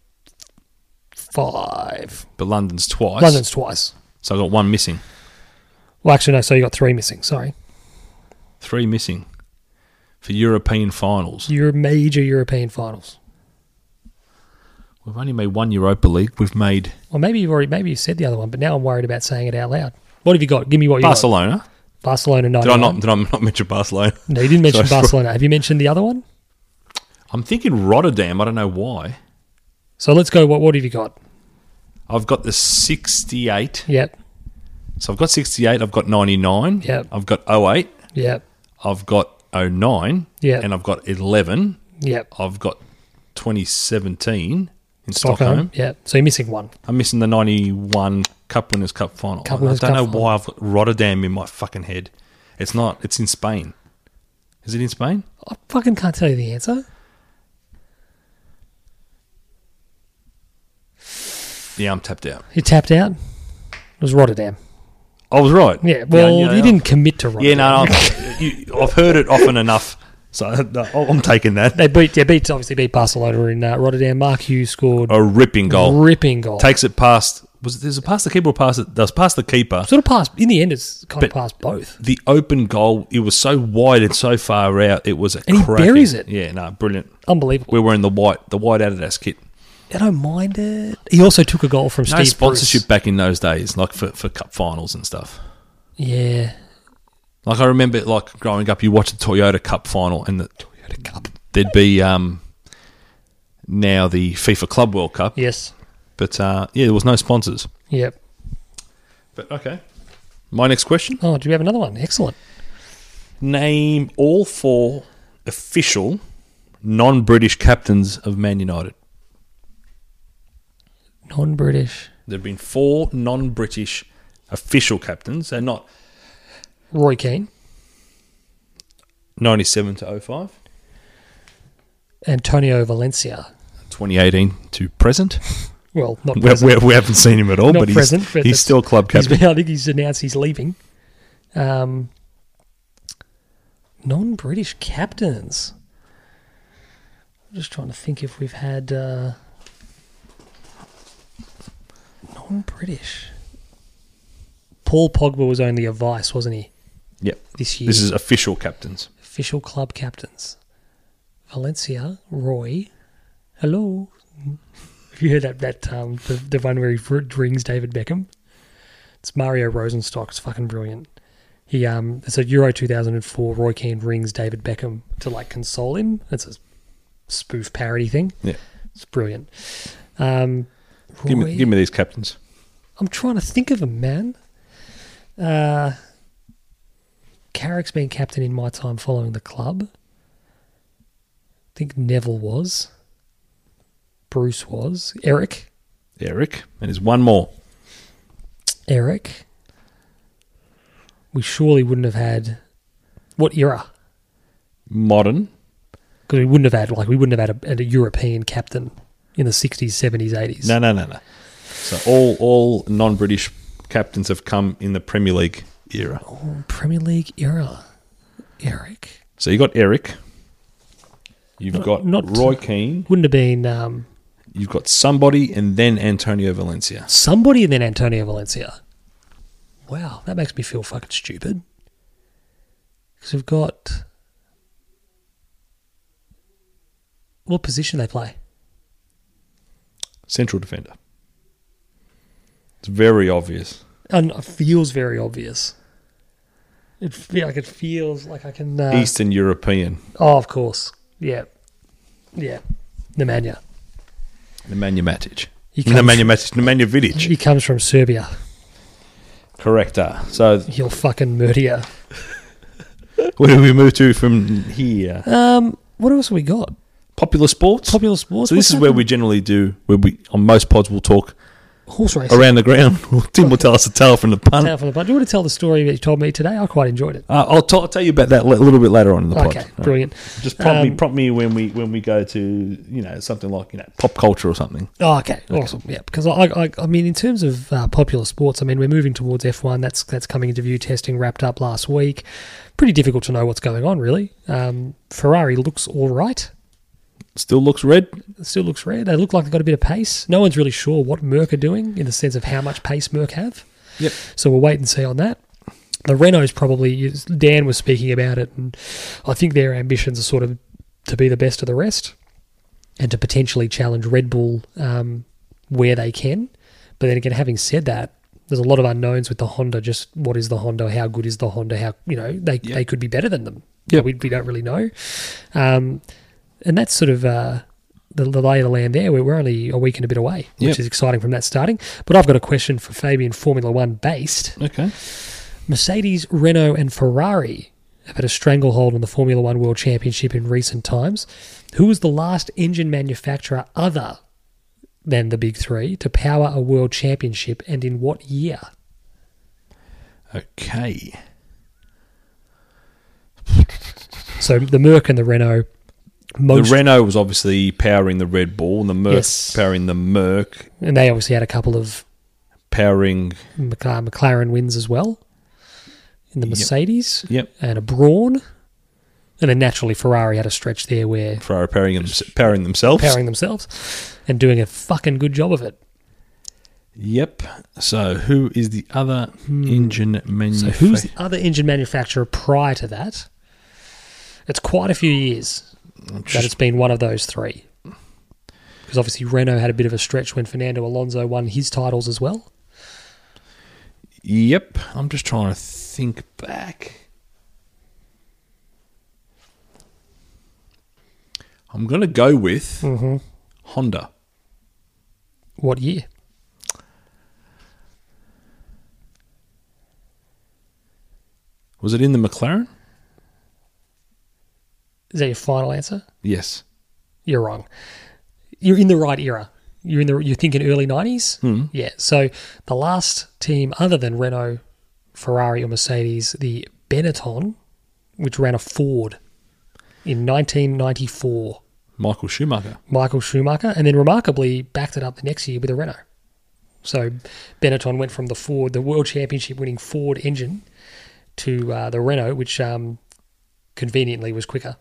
A: five.
B: But London's twice.
A: London's twice.
B: So I got one missing.
A: Well, actually, no. So you got three missing. Sorry,
B: Three missing for European finals.
A: your major European finals,
B: We've only made one Europa League. We've made
A: or maybe you've already maybe you said the other one, but now I'm worried about saying it out loud. What have you got? Give me what you
B: Barcelona.
A: got. Barcelona.
B: Did I not?
A: 99.
B: Did I not mention Barcelona?
A: No, you didn't mention
B: Sorry.
A: Barcelona. Have you mentioned the other one?
B: I'm thinking Rotterdam. I don't know why.
A: So let's go. What What have you got?
B: I've got the 68.
A: Yep,
B: So I've got 68. I've got 99.
A: Yep.
B: I've got 08.
A: yep,
B: I've got 09
A: Yeah.
B: and I've got 11.
A: yep.
B: I've got 2017 in Stockholm.
A: Yep. So you're missing one.
B: I'm missing the 91 Cup Winners' Cup final.
A: Cup
B: And I
A: Winners'
B: don't
A: Cup
B: know
A: final.
B: why I've got Rotterdam in my fucking head. It's not. It's in Spain. Is it in Spain?
A: I fucking can't tell you the answer.
B: Yeah, I'm tapped out.
A: You tapped out. It was Rotterdam.
B: I was right.
A: Yeah. Well,
B: yeah,
A: you
B: yeah.
A: didn't commit to
B: Yeah,
A: Rotterdam.
B: no, I'm, you, I've heard it often enough, so no, I'm taking that.
A: They beat. They beat. Obviously, beat Barcelona in uh, Rotterdam. Mark Hughes scored
B: A ripping Oh, goal.
A: ripping goal.
B: Takes it past. Was it, is it past the keeper or past it? That was past the keeper.
A: sort of past. In the end, it's kind
B: But-
A: of past both.
B: the open goal, it was so wide and so far out, it was a
A: And he
B: cracking-
A: buries it.
B: Yeah, no, brilliant.
A: Unbelievable.
B: We were in the white, the white Adidas kit.
A: I don't mind it. He also took a goal from
B: No
A: Steve
B: sponsorship
A: Bruce.
B: back in those days, like for, for cup finals and stuff.
A: Yeah,
B: Like I remember, like growing up, you watched the Toyota Cup final, and the,
A: Toyota Cup.
B: there'd be um, now the FIFA Club World Cup,
A: Yes,
B: But uh, yeah, there was no sponsors.
A: Yep.
B: But okay. My next question:
A: Oh, do you have another one? Excellent.
B: Name all four official non-British captains of Man United.
A: Non-British.
B: There have been four non-British official captains. They're not
A: Roy Keane
B: 97 to 05,
A: Antonio Valencia.
B: 2018 to present.
A: Well, not
B: We,
A: present.
B: we, we haven't seen him at all,
A: Not
B: but he's,
A: present, but
B: he's
A: that's-
B: still club
A: He's
B: captain.
A: been- I think he's announced he's leaving. Um, non-British captains. I'm just trying to think if we've had uh, non-British. Paul Pogba was only a vice, wasn't he?
B: Yep.
A: This year,
B: This is official captains.
A: official club captains: Valencia, Roy. Hello. Have you heard that that um, the, the one where he fr- rings David Beckham? It's Mario Rosenstock. It's fucking brilliant. He um, it's a Euro 2004. Roy Keane rings David Beckham to like console him. It's a spoof parody thing.
B: Yeah.
A: It's brilliant. Um, Roy,
B: Give me, give me these captains.
A: I'm trying to think of him, man. Uh, Carrick's been captain in my time following the club. I think Neville was. Bruce was. Eric.
B: Eric. And there's one more.
A: Eric. We surely wouldn't have had. What era?
B: Modern.
A: Because we wouldn't have had, like, we wouldn't have had a, had a European captain in the 60s, 70s, 80s.
B: No, no, no, no. So all all non British captains have come in the Premier League era.
A: Oh, Premier League era. Eric.
B: So you got Eric. You've got
A: not-
B: Roy Keane.
A: Wouldn't have been um,
B: You've got somebody, and then Antonio Valencia.
A: somebody and then Antonio Valencia. Wow, that makes me feel fucking stupid. Because we've got. What position they play?
B: Central defender. It's very obvious.
A: And it feels very obvious. It feel like it feels like I can. Uh,
B: Eastern European.
A: Oh, of course. Yeah, yeah. Nemanja.
B: Nemanja Matic.
A: He comes,
B: Nemanja Matic. Nemanja Vidic.
A: he comes from Serbia.
B: Correct. ah. So
A: He'll fucking murder you.
B: where do we move to from here?
A: Um, what else have we got?
B: Popular sports.
A: Popular sports.
B: so this is where we generally do where we on most pods we'll talk
A: horse racing.
B: around the ground. Tim will tell us a tale from the punt.
A: Tale from the Punt. Do you want to tell the story that you told me today? I quite enjoyed it.
B: Uh, I'll, t- I'll tell you about that a little bit later on in the pod.
A: Okay, brilliant.
B: Just prompt me,
A: Um,
B: prompt me when we when we go to you know something like you know pop culture or something.
A: Oh, okay, awesome. Yeah, because I, I, I mean, in terms of uh, popular sports, I mean, we're moving towards F one. That's that's coming into view. Testing wrapped up last week. Pretty difficult to know what's going on, really. Um, Ferrari looks all right.
B: Still looks red.
A: It still looks red. They look like they've got a bit of pace. No one's really sure what Merck are doing in the sense of how much pace Merck have.
B: Yep.
A: So we'll wait and see on that. The Renaults probably, Dan was speaking about it, and I think their ambitions are sort of to be the best of the rest and to potentially challenge Red Bull um, where they can. But then again, having said that, there's a lot of unknowns with the Honda. Just what is the Honda? How good is the Honda? How you know they
B: Yeah.
A: they could be better than them.
B: Yeah.
A: we, we don't really know. Um, and that's sort of uh, the, the lay of the land there. We're, we're only a week and a bit away, which
B: Yep.
A: is exciting from that starting. But I've got a question for Fabian Formula One based.
B: Okay.
A: Mercedes, Renault, and Ferrari have had a stranglehold on the Formula One World Championship in recent times. Who was the last engine manufacturer other than the big three to power a world championship and in what year?
B: Okay.
A: So the Merc and the Renault most,
B: the Renault was obviously powering the Red Bull, and the Merc
A: Yes.
B: powering the Merc,
A: and they obviously had a couple of
B: powering.
A: McLaren, McLaren wins as well in the
B: Yep.
A: Mercedes
B: Yep.
A: and a Brawn. And then naturally, Ferrari had a stretch there where
B: Ferrari powering, them, powering themselves.
A: powering themselves and doing a fucking good job of it.
B: Yep. So who is the other engine
A: So
B: manufacturer?
A: who's the other engine manufacturer prior to that? It's quite a few years that it's been one of those three. Because obviously Renault had a bit of a stretch when Fernando Alonso won his titles as well.
B: Yep. I'm just trying to think back. I'm going to go with
A: Mm-hmm.
B: Honda.
A: What year?
B: Was it in the McLaren?
A: Is that your final answer?
B: Yes.
A: You're wrong. You're in the right era. You're in the you're thinking early nineties.
B: Hmm.
A: Yeah. So the last team other than Renault, Ferrari, or Mercedes, the Benetton, which ran a Ford in 1994,
B: Michael Schumacher.
A: Michael Schumacher, and then remarkably backed it up the next year with a Renault. So Benetton went from the Ford, the World Championship winning Ford engine, to uh, the Renault, which um, conveniently was quicker.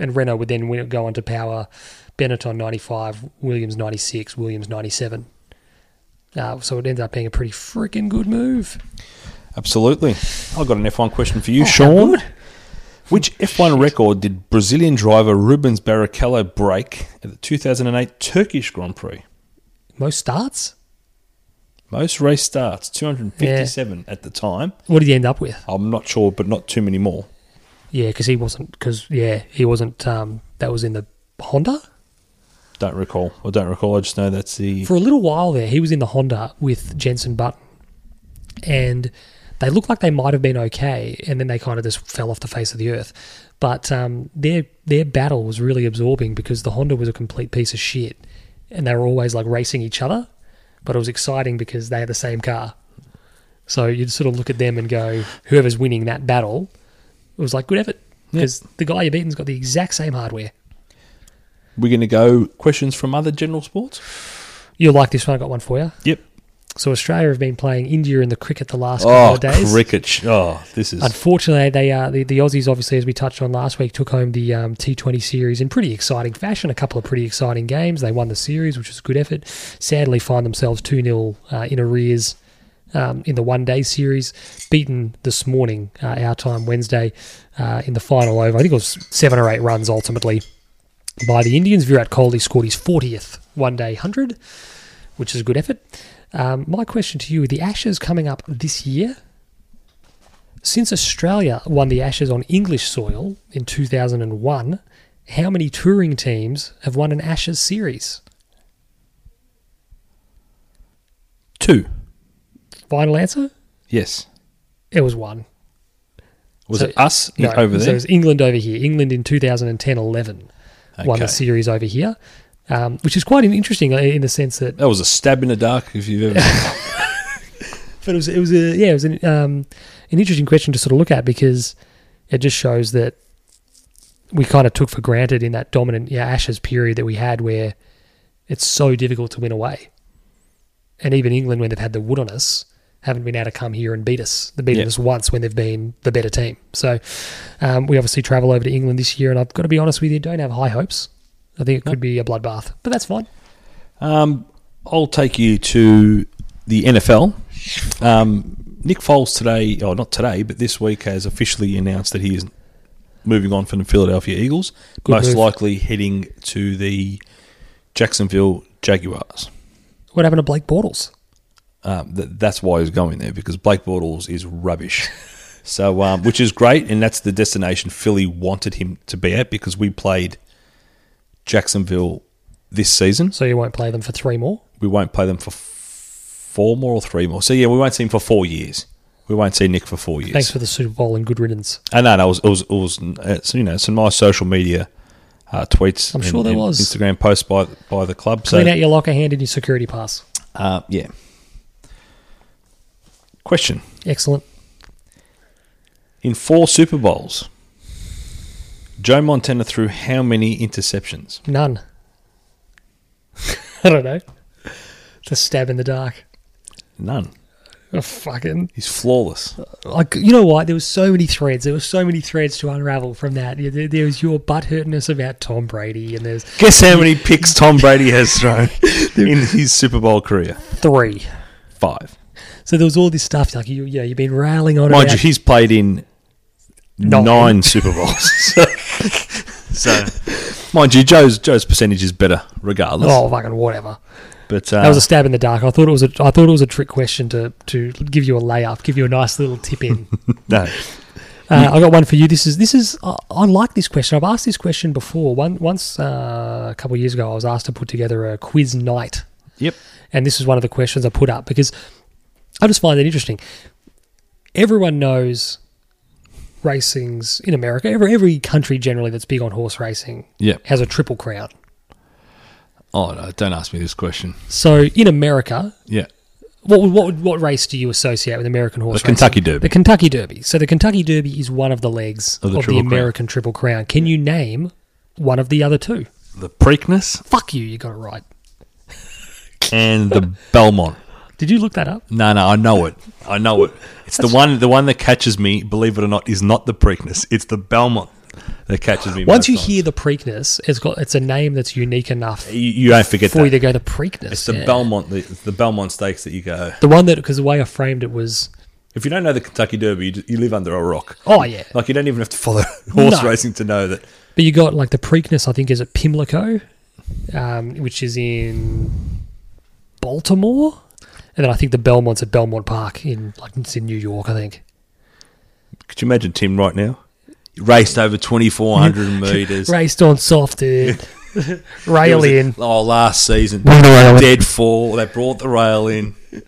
A: And Renault would then win, go on to power Benetton 95, Williams 96, Williams 97. Uh, so it ended up being a pretty freaking good move.
B: Absolutely. I've got an F1 question for you,
A: Oh, how
B: Sean.
A: good.
B: Which F1 record did Brazilian driver Rubens Barrichello break at the 2008 Turkish Grand Prix?
A: Most starts?
B: Most race starts, 257 at the time.
A: What did he end up with?
B: I'm not sure, but not too many more.
A: Yeah, because he wasn't, because, yeah, he wasn't, um, that was in the Honda?
B: Don't recall. I don't recall. I just know that's the.
A: for a little while there, he was in the Honda with Jensen Button, and they looked like they might have been okay, and then they kind of just fell off the face of the earth. But um, their their battle was really absorbing because the Honda was a complete piece of shit, and they were always like racing each other. But it was exciting because they had the same car, so you'd sort of look at them and go, whoever's winning that battle, it was like good effort because the guy you're beating's got the exact same hardware.
B: We're going to go questions from other general sports.
A: You'll like this one. I got one for you.
B: Yep.
A: So Australia have been playing India in the cricket the last couple
B: Oh,
A: of days.
B: cricket. sh- Oh, this is.
A: Unfortunately, they uh, the, the Aussies, obviously, as we touched on last week, took home the um, T20 series in pretty exciting fashion. A couple of pretty exciting games. They won the series, which was a good effort. Sadly, find themselves 2 0 uh, in arrears um, in the one day series. Beaten this morning, uh, our time, Wednesday, uh, in the final over. I think it was seven or eight runs ultimately by the Indians. Virat Kohli scored his 40th one day 100, which is a good effort. Um, my question to you the Ashes coming up this year. Since Australia won the Ashes on English soil in 2001, how many touring teams have won an Ashes series?
B: two.
A: Final answer?
B: Yes.
A: It was one.
B: Was
A: So-
B: it us
A: No,
B: over
A: so
B: there?
A: it was England over here. England in 2010 11 won
B: Okay.
A: the series over here, um, which is quite interesting in the sense that
B: That was a stab in the dark, if you've ever.
A: but it was it was a yeah it was an um, an interesting question to sort of look at because it just shows that we kind of took for granted in that dominant yeah, Ashes period that we had where it's so difficult to win away, and even England when they've had the wood on us haven't been able to come here and beat us. They've beaten
B: Yeah.
A: us once when they've been the better team. So um, we obviously travel over to England this year, and I've got to be honest with you, don't have high hopes. I think it could be a bloodbath, but that's fine.
B: um, I'll take you to the NFL. Um, Nick Foles today, or not today, but this week has officially announced that he is moving on from the Philadelphia Eagles,
A: Good
B: most
A: move.
B: likely heading to the Jacksonville Jaguars.
A: What happened to Blake Bortles?
B: Um, th- that's why he's going there because Blake Bortles is rubbish. so, um, which is great, and that's the destination Philly wanted him to be at because we played Jacksonville this season.
A: So you won't play them for three more.
B: We won't play them for f- four more or three more. So yeah, we won't see him for four years. We won't see Nick for four years.
A: Thanks for the Super Bowl and good riddance.
B: And no, no, it was, it was, it was uh, so, you know some nice social media uh, tweets.
A: I'm
B: and-
A: sure there
B: and
A: was.
B: Instagram posts by by the club.
A: Clean
B: so
A: out your locker hand in your security pass.
B: uh, yeah. Question.
A: Excellent.
B: In four Super Bowls, Joe Montana threw how many interceptions?
A: None. I don't know. It's a stab in the dark.
B: None.
A: Oh, fucking.
B: He's flawless.
A: Uh, Like, you know what? There was so many threads. There were so many threads to unravel from that. Yeah, There, there was your butt hurtness about Tom Brady, and there's
B: Guess how many picks Tom Brady has thrown in his Super Bowl career?
A: three.
B: Five.
A: So there was all this stuff. Like, you, yeah, you've been railing on
B: Mind you,
A: about
B: he's played in
A: Nine.
B: nine, Super Bowls. so, so, mind you, Joe's Joe's percentage is better regardless.
A: Oh, fucking whatever.
B: but uh,
A: That was a stab in the dark. I thought it was a. I thought it was a trick question to to give you a layup, give you a nice little tip in.
B: no.
A: Uh, I got one for you. This is this is I, I like this question. I've asked this question before. One once uh, a couple of years ago, I was asked to put together a quiz night,
B: Yep.
A: and this is one of the questions I put up because I just find it interesting. Everyone knows racing's in America. Every every country generally that's big on horse racing
B: Yeah.
A: has a triple crown.
B: Oh, no, don't ask me this question.
A: So in America,
B: Yeah.
A: what would- what would- what race do you associate with American horse
B: The
A: racing?
B: Kentucky Derby.
A: The Kentucky Derby. So the Kentucky Derby is one of the legs
B: Of
A: of
B: the
A: the,
B: Triple Crown.
A: American Triple Crown. Can you name one of the other two?
B: The Preakness
A: Fuck you, you got it right.
B: and the Belmont.
A: Did you look that up?
B: No, no, I know it. I know it. It's the one. The one that catches me, believe it or not, is not the Preakness. It's the Belmont that catches me.
A: Once
B: most
A: you
B: times.
A: hear the Preakness, it's got it's a name that's unique enough
B: you, you don't forget
A: for you
B: that.
A: to go the Preakness.
B: It's the
A: yeah.
B: Belmont. The, it's the Belmont Stakes that you go.
A: The one that because the way I framed it was
B: If you don't know the Kentucky Derby, you, ju- you live under a rock.
A: oh yeah,
B: Like you don't even have to follow
A: No.
B: horse racing to know that.
A: but you got like the Preakness. I think is at Pimlico, um, which is in Baltimore, and then I think the Belmont's at Belmont Park in like it's in New York. I think.
B: Could you imagine Tim right now? He raced over twenty four hundred meters.
A: Raced on soft, dude.
B: He was
A: Rail
B: a-
A: in.
B: oh, last season.
A: Won the rail in.
B: Dead fall. They brought the rail in.
A: It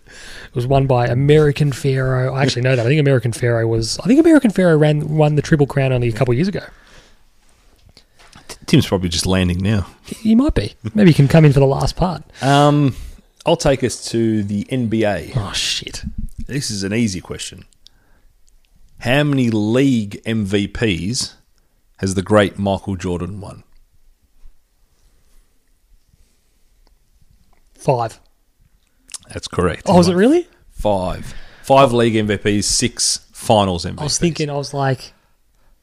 A: was won by American Pharaoh. I actually know that. I think American Pharaoh was. I think American Pharaoh ran won the Triple Crown only a couple of years ago.
B: Tim's probably just landing now.
A: He might be. Maybe he can come in for the last part.
B: Um, I'll take us to the NBA.
A: Oh shit!
B: This is an easy question. How many league MVPs has the great Michael Jordan won?
A: Five.
B: That's correct.
A: Oh, was it really?
B: Five. Five league MVPs, six finals MVPs.
A: I was thinking, I was like,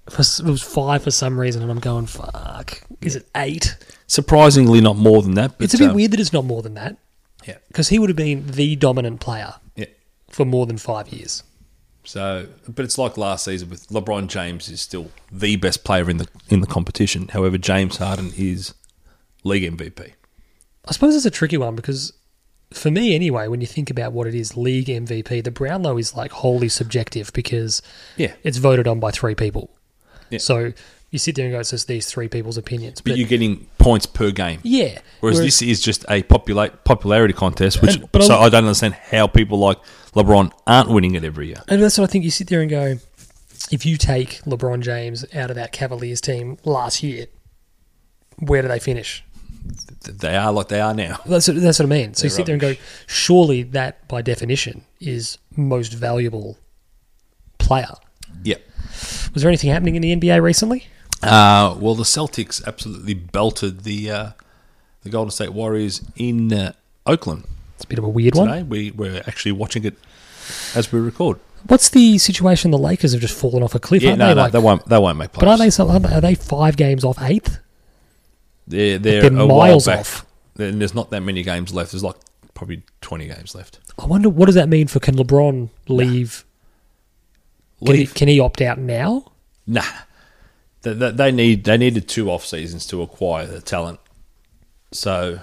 A: for, s- it was five for some reason, and I'm going, fuck, is it eight?
B: Surprisingly, not more than that. But,
A: It's a bit
B: um,
A: weird that it's not more than that,
B: Yeah.
A: because he would have been the dominant player
B: Yeah.
A: for more than five years.
B: So, but it's like last season with LeBron James is still the best player in the in the competition. However, James Harden is league MVP.
A: I suppose it's a tricky one because, for me anyway, when you think about what it is, league MVP, the Brownlow is like wholly subjective because
B: Yeah.
A: it's voted on by three people.
B: Yeah.
A: So you sit there and go, it's just these three people's opinions.
B: But, you're getting points per game.
A: yeah.
B: Whereas,
A: whereas-
B: this is just a populate popularity contest, which
A: And- but
B: so
A: I'll-
B: I don't understand how people like LeBron aren't winning it every year.
A: And that's what I think. You sit there and go, if you take LeBron James out of that Cavaliers team last year, where do they finish?
B: Th- They are like they are now.
A: That's what, that's what I mean. So you
B: They're
A: sit there and go, surely that, by definition, is most valuable player.
B: Yep.
A: Was there anything happening in the NBA recently?
B: Uh, well, the Celtics absolutely belted the uh, the Golden State Warriors in uh, Oakland
A: It's a bit of a weird one.
B: today. We were actually watching it as we record.
A: What's the situation? The Lakers have just fallen off a cliff,
B: Yeah,
A: aren't
B: no,
A: they?
B: no,
A: Like-
B: they won't. They won't make playoffs.
A: but are they some, are they five games off eighth?
B: They're, they're,
A: they're
B: a
A: miles
B: while back.
A: off?
B: And there's not that many games left. There's like probably 20 games left.
A: I wonder what does that mean for can LeBron leave? Can,
B: Leave.
A: He, can he opt out now?
B: Nah, they, they, they need they needed two off seasons to acquire the talent. So,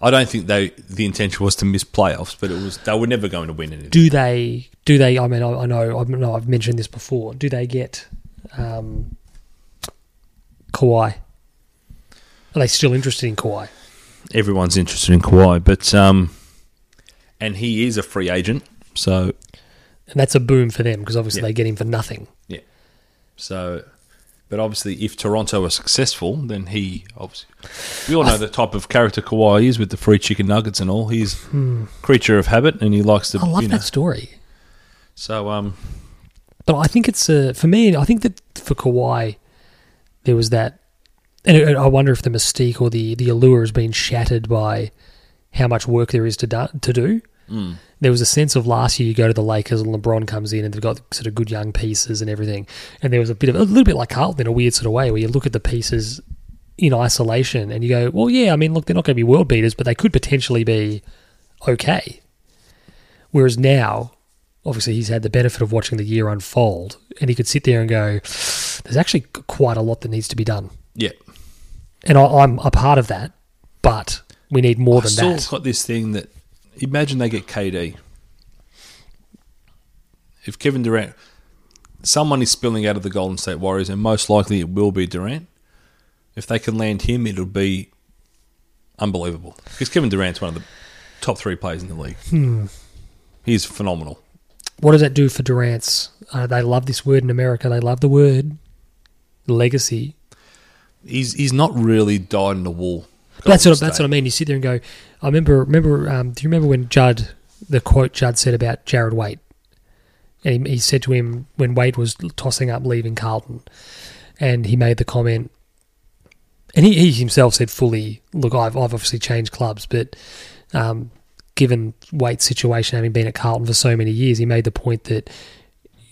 B: I don't think they the intention was to miss playoffs, but it was they were never going to win anything.
A: do they do they i mean i, I know i know i've mentioned this before do they get um Kawhi are they still interested in Kawhi
B: Everyone's interested in Kawhi, but um, and he is a free agent, so
A: and that's a boom for them because obviously
B: Yeah.
A: they get him for nothing
B: yeah, so. But obviously, if Toronto are successful, then he obviously. We all know the type of character Kawhi is with the free chicken nuggets and all. He's creature of habit, and he likes to.
A: Hmm. i love
B: you
A: that
B: know,
A: story
B: So um,
A: but i think it's uh, for me i think that for Kawhi there was that and I- i wonder if the mystique or the the allure has been shattered by how much work there is to do, to do
B: mm,
A: there was a sense of last year you go to the Lakers and LeBron comes in and they've got sort of good young pieces and everything. And there was a bit of a little bit like Carlton in a weird sort of way where you look at the pieces in isolation and you go, well, yeah, I mean, look, they're not going to be world beaters, but they could potentially be okay. Whereas now, obviously, he's had the benefit of watching the year unfold and he could sit there and go, there's actually quite a lot that needs to be done.
B: yeah.
A: And I, I'm a part of that, but we need more
B: I've
A: than
B: still
A: that.
B: got this thing that imagine they get KD. If Kevin Durant, someone is spilling out of the Golden State Warriors, and most likely it will be Durant. If they can land him, it'll be unbelievable
A: Hmm.
B: because Kevin Durant's one of the top three players in the league. He's phenomenal.
A: what does that do for Durant's? Uh, they love this word in America. They love the word legacy.
B: He's he's not really died in the wall.
A: That's what that's what I mean. You sit there and go. I remember remember. Um, do you remember when Judd the quote Judd said about Jared Waite? And he, he said to him when Waite was tossing up leaving Carlton, and he made the comment. And he, he himself said fully, look, I've, I've obviously changed clubs, but um, given Waite's situation, having been at Carlton for so many years, he made the point that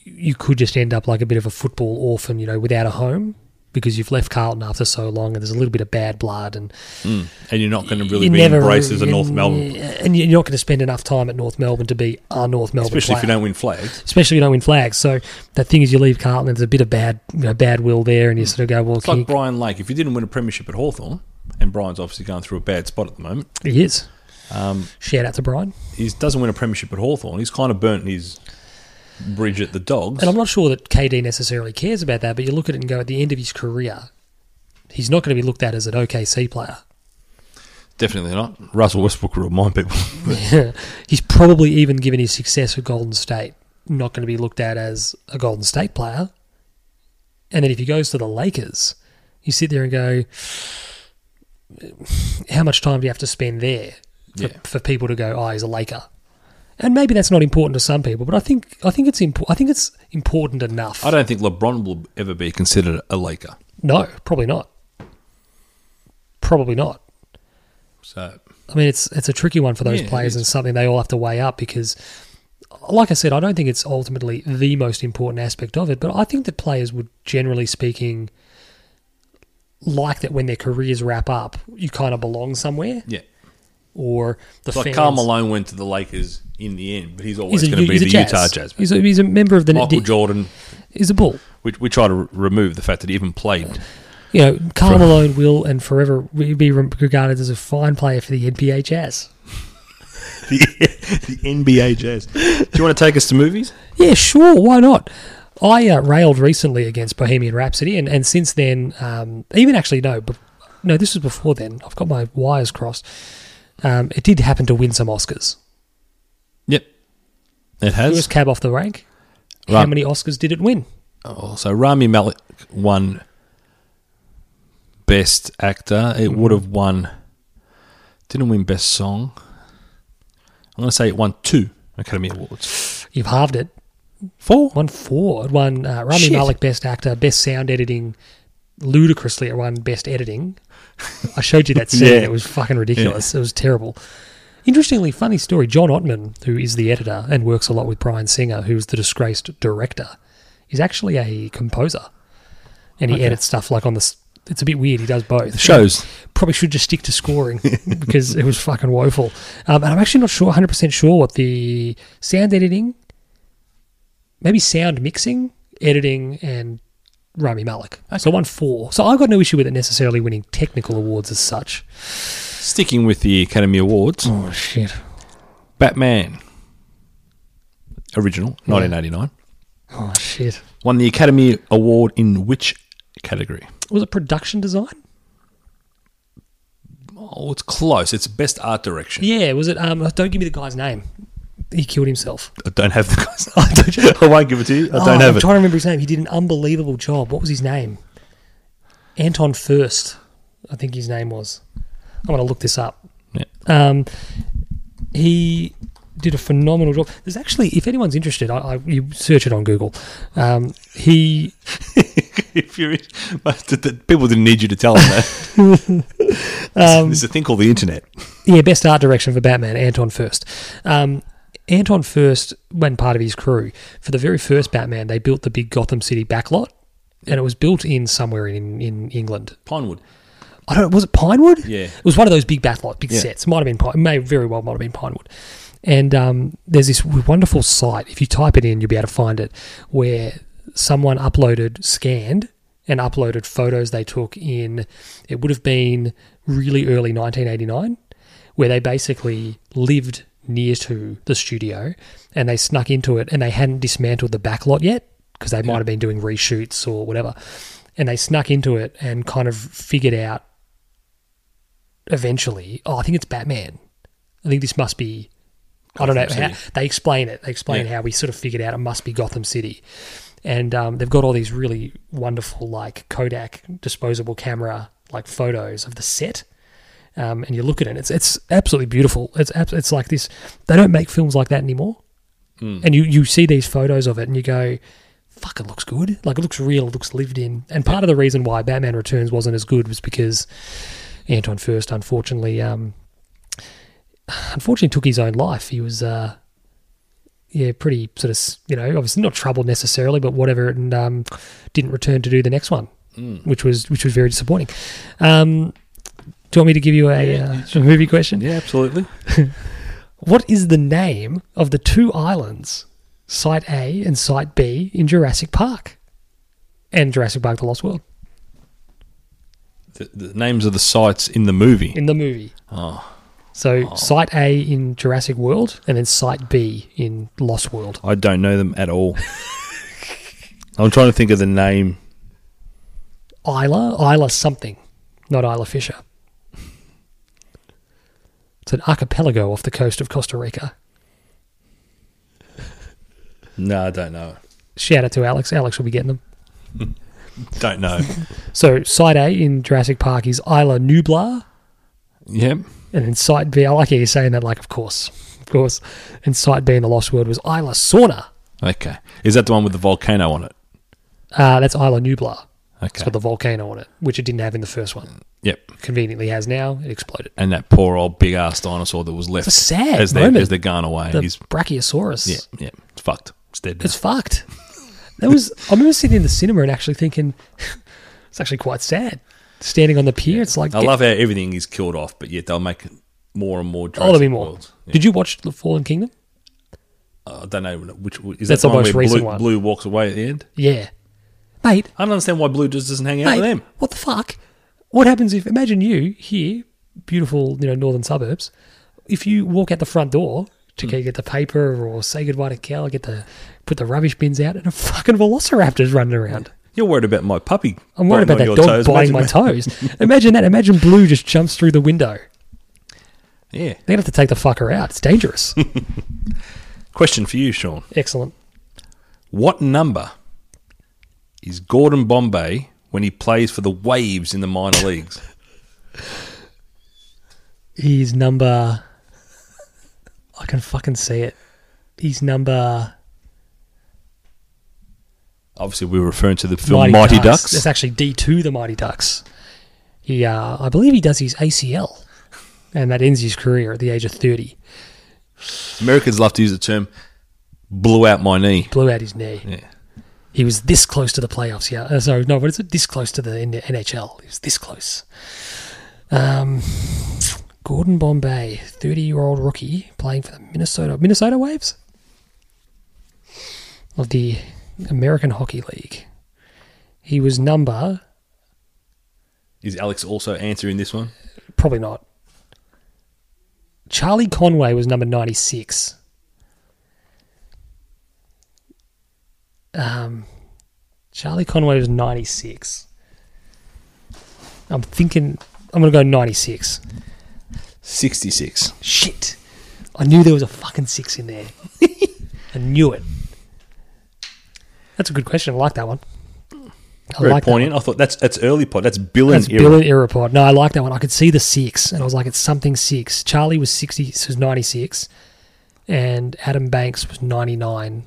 A: you could just end up like a bit of a football orphan, you know, without a home because you've left Carlton after so long, and there's a little bit of bad blood, and
B: Mm. And you're not going to really
A: you
B: be
A: never
B: embraced as a
A: you-
B: North Melbourne,
A: and you're not going to spend enough time at North Melbourne to be a North Melbourne
B: especially if
A: player
B: you don't win flags.
A: especially if you don't win flags. So the thing is, you leave Carlton, and there's a bit of bad, you know, bad will there, and you sort of go, well,
B: Mm. It's like
A: can
B: Brian Lake. If you didn't win a premiership at Hawthorn, and Brian's obviously going through a bad spot at the moment,
A: you, he is.
B: um,
A: Shout out to Brian.
B: he doesn't win a premiership at Hawthorn. He's kind of burnt his bridge at the Dogs.
A: And I'm not sure that KD necessarily cares about that, but you look at it and go, at the end of his career, he's not going to be looked at as an OKC player.
B: Definitely not. Russell Westbrook will remind people.
A: he's probably even given his success at Golden State, not going to be looked at as a Golden State player. And then if he goes to the Lakers, you sit there and go, how much time do you have to spend there for,
B: Yeah.
A: for people to go, oh, he's a Laker? And maybe that's not important to some people, but I think I think it's impo- I think it's important enough.
B: I don't think LeBron will ever be considered a Laker.
A: no, probably not. Probably not.
B: So
A: I mean, it's it's a tricky one for those
B: Yeah, it
A: players
B: is.
A: and something they all have to weigh up because, like I said, I don't think it's ultimately the most important aspect of it, but I think that players would, generally speaking, like that when their careers wrap up, you kind of belong somewhere.
B: yeah,
A: Or the
B: it's like
A: fans-
B: Carl Malone went to the Lakers in the end, but he's always
A: He's a,
B: going to be
A: he's a
B: the
A: jazz.
B: Utah Jazz.
A: He's a, he's a member of the
B: Michael Jordan.
A: He's a bull.
B: We, we try to r- remove the fact that he even played.
A: You know, Carl Malone will and forever be regarded as a fine player for the NBA Jazz.
B: the, the NBA Jazz. Do you want to take us to movies?
A: Yeah, sure. Why not? I uh, railed recently against Bohemian Rhapsody, and, and since then, um, even actually, no, but no, this was before then. I've got my wires crossed. Um, it did happen to win some Oscars.
B: Yep, it
A: It
B: has.
A: was cab off the rank. How
B: Right.
A: many Oscars did it win?
B: Oh, so Rami Malek won Best Actor. It would have won. Didn't win Best Song. I'm going to say it won two Academy Awards.
A: You've halved it.
B: Four.
A: Won four. It won uh, Rami
B: Shit.
A: Malek Best Actor, Best Sound Editing. Ludicrously, it won Best Editing. I showed you that scene.
B: Yeah.
A: It was fucking ridiculous. It was terrible. Interestingly, funny story. John Ottman, who is the editor and works a lot with Brian Singer, who's the disgraced director, is actually a composer, and he edits stuff like on the. s- It's a bit weird. He does both
B: Shows.
A: probably should just stick to scoring because it was fucking woeful. Um, and I'm actually not sure, 100 percent sure what the sound editing, maybe sound mixing, editing, and Rami Malik. So one four. So I've got no issue with it necessarily winning technical awards as such.
B: Sticking with the Academy Awards,
A: Oh shit!
B: Batman, original, 1989,
A: Oh shit!
B: won the Academy Award in which category?
A: Was it production design?
B: Oh, it's close. It's Best Art Direction.
A: Yeah. Was it? Um, don't give me the guy's name. He killed himself.
B: I don't have the guy's. I, don't, I won't give it to you. I
A: Oh,
B: don't have
A: I'm
B: it.
A: trying to remember his name. He did an unbelievable job. What was his name? Anton First, I think his name was. I'm going to look this up.
B: Yeah.
A: Um, he did a phenomenal job. There's actually, if anyone's interested, I, I you search it on Google. Um, he
B: if you're, but the, the, people didn't need you to tell them that.
A: Um,
B: There's a thing called the internet.
A: Yeah, best art direction for Batman, Anton First. Um, Anton First, when part of his crew, for the very first Batman, they built the big Gotham City backlot, and it was built in somewhere in, in England.
B: Pinewood.
A: I don't. Was it Pinewood?
B: Yeah.
A: It was one of those big backlot, big
B: Yeah.
A: sets. Might have been Pine. May very well might have been Pinewood. And um, there's this wonderful site. If you type it in, you'll be able to find it, where someone uploaded, scanned, and uploaded photos they took in. It would have been really early 1989, where they basically lived near to the studio, and they snuck into it, and they hadn't dismantled the backlot yet because they might have been doing reshoots or whatever. And they snuck into it and kind of figured out eventually, oh, I think it's Batman. I think this must be I don't know
C: Gotham
A: how they explain it. They explain
C: Yeah.
A: how we sort of figured out it must be Gotham City, and um, they've got all these really wonderful like Kodak disposable camera like photos of the set. Um, and you look at it, and it's it's absolutely beautiful. It's abs- it's like this. They don't make films like that anymore. And you you see these photos of it, and you go, "Fuck, it looks good. Like it looks real. It looks lived in." And part of the reason why Batman Returns wasn't as good was because Anton First, unfortunately, um, unfortunately took his own life. He was, uh, yeah, pretty sort of, s- you know, obviously not troubled necessarily, but whatever, and um, didn't return to do the next one, which was which was very disappointing. Um, do you want me to give you a, uh, a movie question?
B: Yeah, absolutely.
A: What is the name of the two islands, Site A and Site B, in Jurassic Park, and Jurassic Park: The Lost World
B: The, the names of the sites in the movie.
A: in the movie?
B: Oh,
A: So Site A in Jurassic World, and then Site B in Lost World.
B: I don't know them at all. I'm trying to think of the name.
A: Isla, Isla something, not Isla Fisher. It's an archipelago off the coast of Costa Rica.
B: No, I don't know.
A: Shout out to Alex. Alex will be getting them.
B: Don't know.
A: So site A in Jurassic Park is Isla Nublar,
B: yep.
A: and then site B. I like how you're saying that. Like, of course, of course. And site B in the Lost World was Isla Sauna.
B: Okay. Is that the one with the volcano on it?
A: Uh, that's Isla Nublar. It's
B: Okay. Mm.
A: got the volcano on it, which it didn't have in the first one.
B: yep.
A: Conveniently has now. It exploded.
B: And that poor old big ass dinosaur that was left
A: It's a sad
B: as, they,
A: moment.
B: as they're gone away.
A: the
B: He's
A: Brachiosaurus.
B: yeah, yeah. It's fucked. It's dead. now.
A: It's fucked. That was. I remember sitting in the cinema and actually thinking, it's actually quite sad. Standing on the pier, it's like.
B: I love how everything is killed off, but yet they'll make it more and more.
A: Oh, there'll be
B: Jurassic
A: more.
B: Worlds. Yeah.
A: Did you watch The Fallen Kingdom?
B: I don't know which is
A: That's the
B: that one
A: most
B: where
A: recent
B: Blue,
A: one.
B: Blue walks away at the end.
A: Yeah, mate.
B: I don't understand why Blue just doesn't hang out
A: mate,
B: with them.
A: what the fuck? What happens if? Imagine you here, beautiful, you know, northern suburbs. If you walk out the front door to
B: Hmm.
A: go get the paper or say goodbye to Cal, get the put the rubbish bins out, and a fucking velociraptor's running around.
B: You're worried about my puppy.
A: I'm worried about
B: biting
A: that dog
B: on your toes.
A: biting
B: Imagine
A: my
B: that-
A: toes. Imagine that. Imagine Blue just jumps through the window.
B: Yeah.
A: They're gonna have to take the fucker out. It's dangerous.
B: Question for you, Sean.
A: Excellent.
B: What number is Gordon Bombay when he plays for the Waves in the minor leagues?
A: He's number. I can fucking see it. He's number
B: Obviously, we were referring to the film Mighty, Ducks.
A: It's actually D two, the Mighty Ducks. He, uh, I believe, he does his ACL, and that ends his career at the age of thirty.
B: Americans love to use the term "blew out my knee."
A: Blew out his knee.
B: Yeah.
A: He was this close to the playoffs. Yeah, uh, sorry, no, what is it? This close to the N- NHL. He was this close. Um, Gordon Bombay, thirty-year-old rookie playing for the Minnesota Minnesota Waves of the American Hockey League. He was number
B: Is Alex also answering this one?
A: probably not. Charlie Conway was number ninety-six. Um, Charlie Conway was ninety-six. I'm thinking I'm gonna go ninety-six.
B: Sixty-six.
A: Shit, I knew there was a fucking six in there. I knew it. That's a good question. I like that one. I
B: Very
A: like that one.
B: poignant. I thought that's that's early part. That's Bill
A: That's
B: and era.
A: Bill and Irreport. No, I like that one. I could see the six, and I was like, it's something six. Charlie was sixty, so was ninety six, and Adam Banks was ninety nine.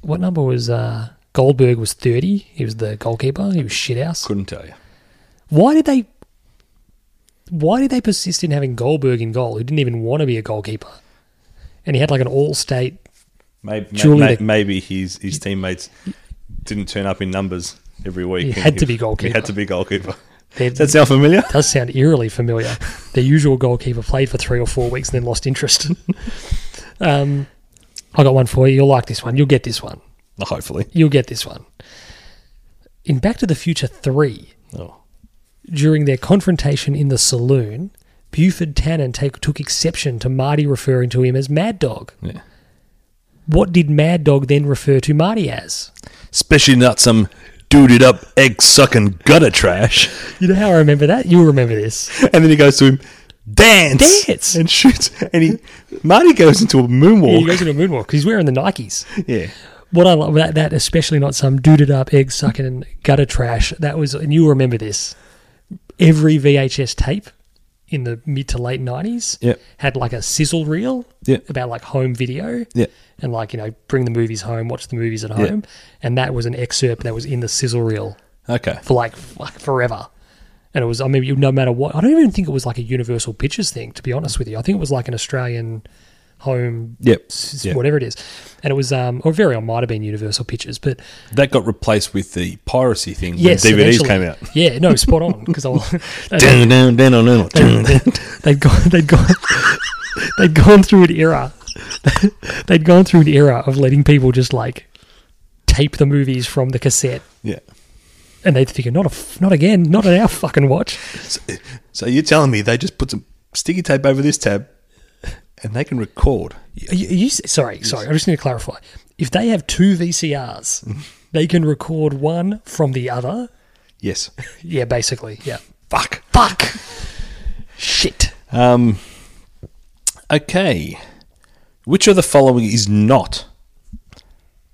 A: What number was uh, Goldberg? Was thirty? He was the goalkeeper. He was shithouse.
B: Couldn't tell you.
A: Why did they? Why did they persist in having Goldberg in goal? Who didn't even want to be a goalkeeper, and he had like an all state.
B: Maybe
A: Surely
B: maybe,
A: the-
B: his his teammates didn't turn up in numbers every week.
A: He
B: and
A: had to be goalkeeper.
B: He had to be goalkeeper.
A: They-
B: Does that sound familiar?
A: does sound eerily familiar. Their usual goalkeeper played for three or four weeks and then lost interest. um, I got one for you. You'll like this one. You'll get this one.
B: Hopefully.
A: You'll get this one. In Back to the Future 3,
B: Oh.
A: during their confrontation in the saloon, Buford Tannen take, took exception to Marty referring to him as Mad Dog.
B: Yeah.
A: What did Mad Dog then refer to Marty as?
B: Especially not some duded up egg sucking gutter trash.
A: You know how I remember that? You'll remember this.
B: And then he goes to him, dance,
A: Dance!
B: and shoots. And he Marty goes into a moonwalk.
A: He goes into a moonwalk 'cause he's wearing the Nikes.
B: yeah,
A: What I love that, that especially not some duded up egg sucking gutter trash. That was, and you remember this. Every VHS tape in the mid to late nineties
B: Yep.
A: had like a sizzle reel
B: Yep.
A: about like home video
B: Yep.
A: and like you know bring the movies home, watch the movies at
B: Yep.
A: home, and that was an excerpt that was in the sizzle reel
B: okay,
A: for like, f- like forever. And it was, I mean, you- no matter what, I don't even think it was like a Universal Pictures thing, to be honest with you. I think it was like an Australian home,
B: Yep.
A: s-
B: Yep.
A: whatever it is. And it was, um, or very well might have been Universal Pictures, but
B: that got replaced with the piracy thing
A: yes,
B: when DVDs
A: eventually-
B: came out.
A: Yeah, no, spot on because they
B: Dun, dun, dun, dun, dun, dun.
A: they'd gone, they'd gone, they'd gone through an era. they'd gone through an era of letting people just like tape the movies from the cassette,
B: Yeah.
A: and they'd figure, not a, f- not again, not an our fucking watch.
B: So, so you're telling me they just put some sticky tape over this tab, and they can record.
A: Are you, are you s- sorry, sorry. I just need to clarify. If they have two VCRs, they can record one from the other.
B: Yes.
A: Yeah, basically. Yeah.
B: Fuck.
A: Fuck. Shit.
B: Um, okay. Which of the following is not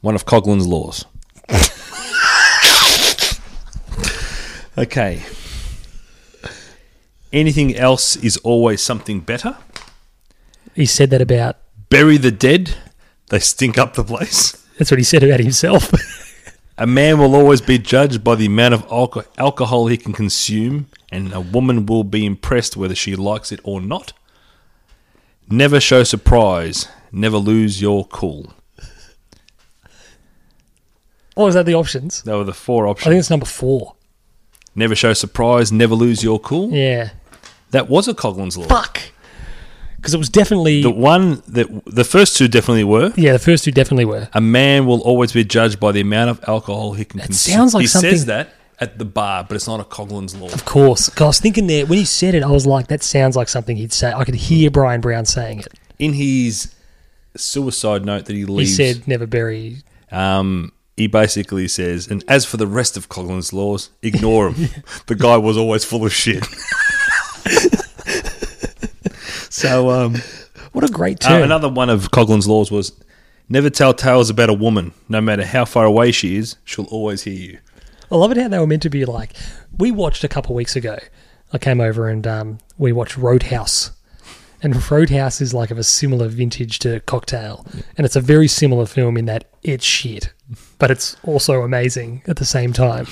B: one of Coughlin's laws? okay. Anything else is always something better.
A: He said that about.
B: Bury the dead, they stink up the place.
A: That's what he said about himself.
B: A man will always be judged by the amount of alco- alcohol he can consume, and a woman will be impressed whether she likes it or not. Never show surprise. Never lose your cool.
A: or is that the options?
B: They were the four
A: I think
B: options.
A: it's number four.
B: Never show surprise. Never lose your cool.
A: Yeah.
B: That was a Coughlin's law.
A: Fuck. Because it was definitely.
B: The one that the first two definitely were.
A: yeah, the first two definitely were.
B: A man will always be judged by the amount of alcohol he can consume.
A: sounds like
B: he says
A: something-
B: that at the bar, but it's not a Coughlin's law.
A: Of course. 'Cause I was thinking there, when he said it, I was like, that sounds like something he'd say. I could hear Brian Brown saying it.
B: In his suicide note that he
A: He
B: leaves,
A: said, never bury
B: Um, he basically says, and as for the rest of Coughlin's laws, ignore them. the guy was always full of shit. so um,
A: What a great
B: uh,
A: turn.
B: another one of Coughlin's laws was never tell tales about a woman. No matter how far away she is, she'll always hear you.
A: I love it how they were meant to be like. We watched a couple weeks ago. I came over and um, we watched Roadhouse. And Roadhouse is like of a similar vintage to Cocktail. And it's a very similar film in that it's shit, but it's also amazing at the same time.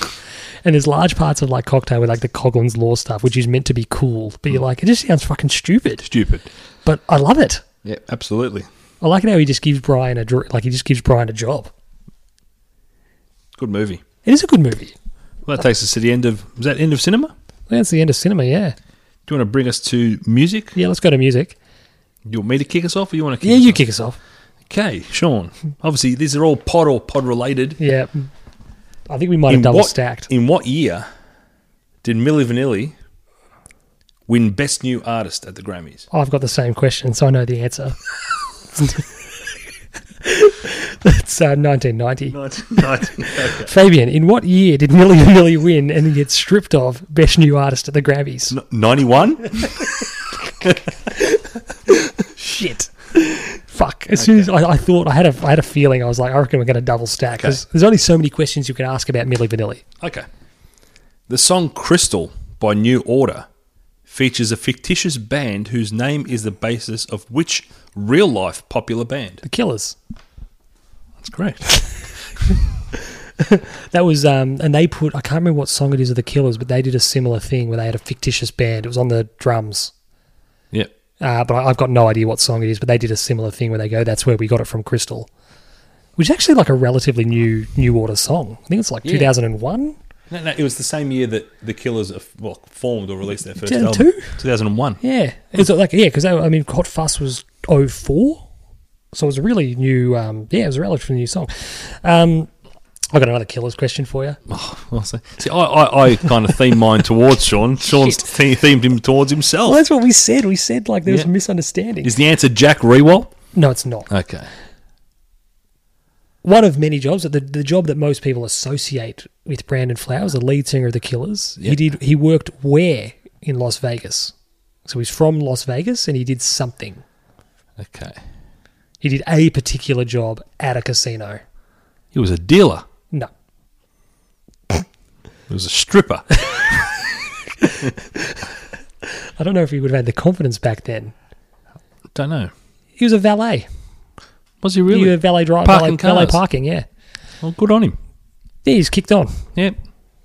A: And there's large parts of like Cocktail with like the Coughlin's Law stuff, which is meant to be cool, but you're like, it just sounds fucking stupid.
B: Stupid.
A: But I love it.
B: Yeah, absolutely.
A: I like it how he just gives Brian a dr- like he just gives Brian a job.
B: Good movie.
A: It is a good movie.
B: Well, that takes us to the end of is that end of cinema?
A: That's the end of cinema. Yeah,
B: Do you want to bring us to music?
A: yeah. Let's go to music.
B: You want me to kick us off, or you want to? Kick
A: Yeah,
B: us
A: you
B: off?
A: kick us off.
B: Okay, Sean. Obviously, these are all pod or pod related.
A: Yeah. I think we might have double
B: what,
A: stacked.
B: In what year did Milli Vanilli win Best New Artist at the Grammys?
A: I've got the same question, so I know the answer. That's uh, 1990. Fabian, in what year did Millie Vanilli win and get stripped of Best New Artist at the Grammys?
B: Ninety-one.
A: Shit. Fuck. As soon as I, I thought, I had a, I had a feeling, I was like, I reckon we're going to double stack because there's only so many questions you can ask about Millie Vanilli.
B: Okay. The song "Crystal" by New Order features a fictitious band whose name is the basis of which real-life popular band?
A: The Killers.
B: That's great.
A: That was, um, and they put, I can't remember what song it is of The Killers, but they did a similar thing where they had a fictitious band. It was on the drums.
B: yeah.
A: Uh, but I- I've got no idea what song it is. But they did a similar thing where they go, "That's where we got it from, Crystal," which is actually like a relatively new New Order song. I think it's like
B: Yeah.
A: 2001.
B: No, no, it was the same year that the Killers uh, well, formed or released their first
A: 2002?
B: album. Two thousand and one.
A: Yeah, it's like yeah, because I mean, Hot Fuss was 04. so it was a really new. Um, yeah, it was a relatively new song. Um, I got another Killers question for you.
B: Oh, well, so- see, I, I, I kind of themed mine towards Sean. Sean's the- themed him towards himself.
A: Well, Oh, that's what we said. We said like there was
B: Yeah.
A: a misunderstanding.
B: Is the answer Jack Rewalt?
A: no, it's not.
B: Okay.
A: One of many jobs. The the job that most people associate with Brandon Flowers, the lead singer of the Killers.
B: Yeah.
A: He did. He worked where in Las Vegas. So he's from Las Vegas and he did something.
B: Okay.
A: He did a particular job at a casino.
B: He was a dealer.
A: No.
B: He was a stripper.
A: I don't know if he would have had the confidence back then.
B: Don't know.
A: He was a valet.
B: Was he
A: He
B: really?
A: was a valet driver.
B: Parking
A: Valet, valet
B: cars.
A: parking, yeah.
B: Well, good on him.
A: Yeah, he's kicked on.
B: Yep.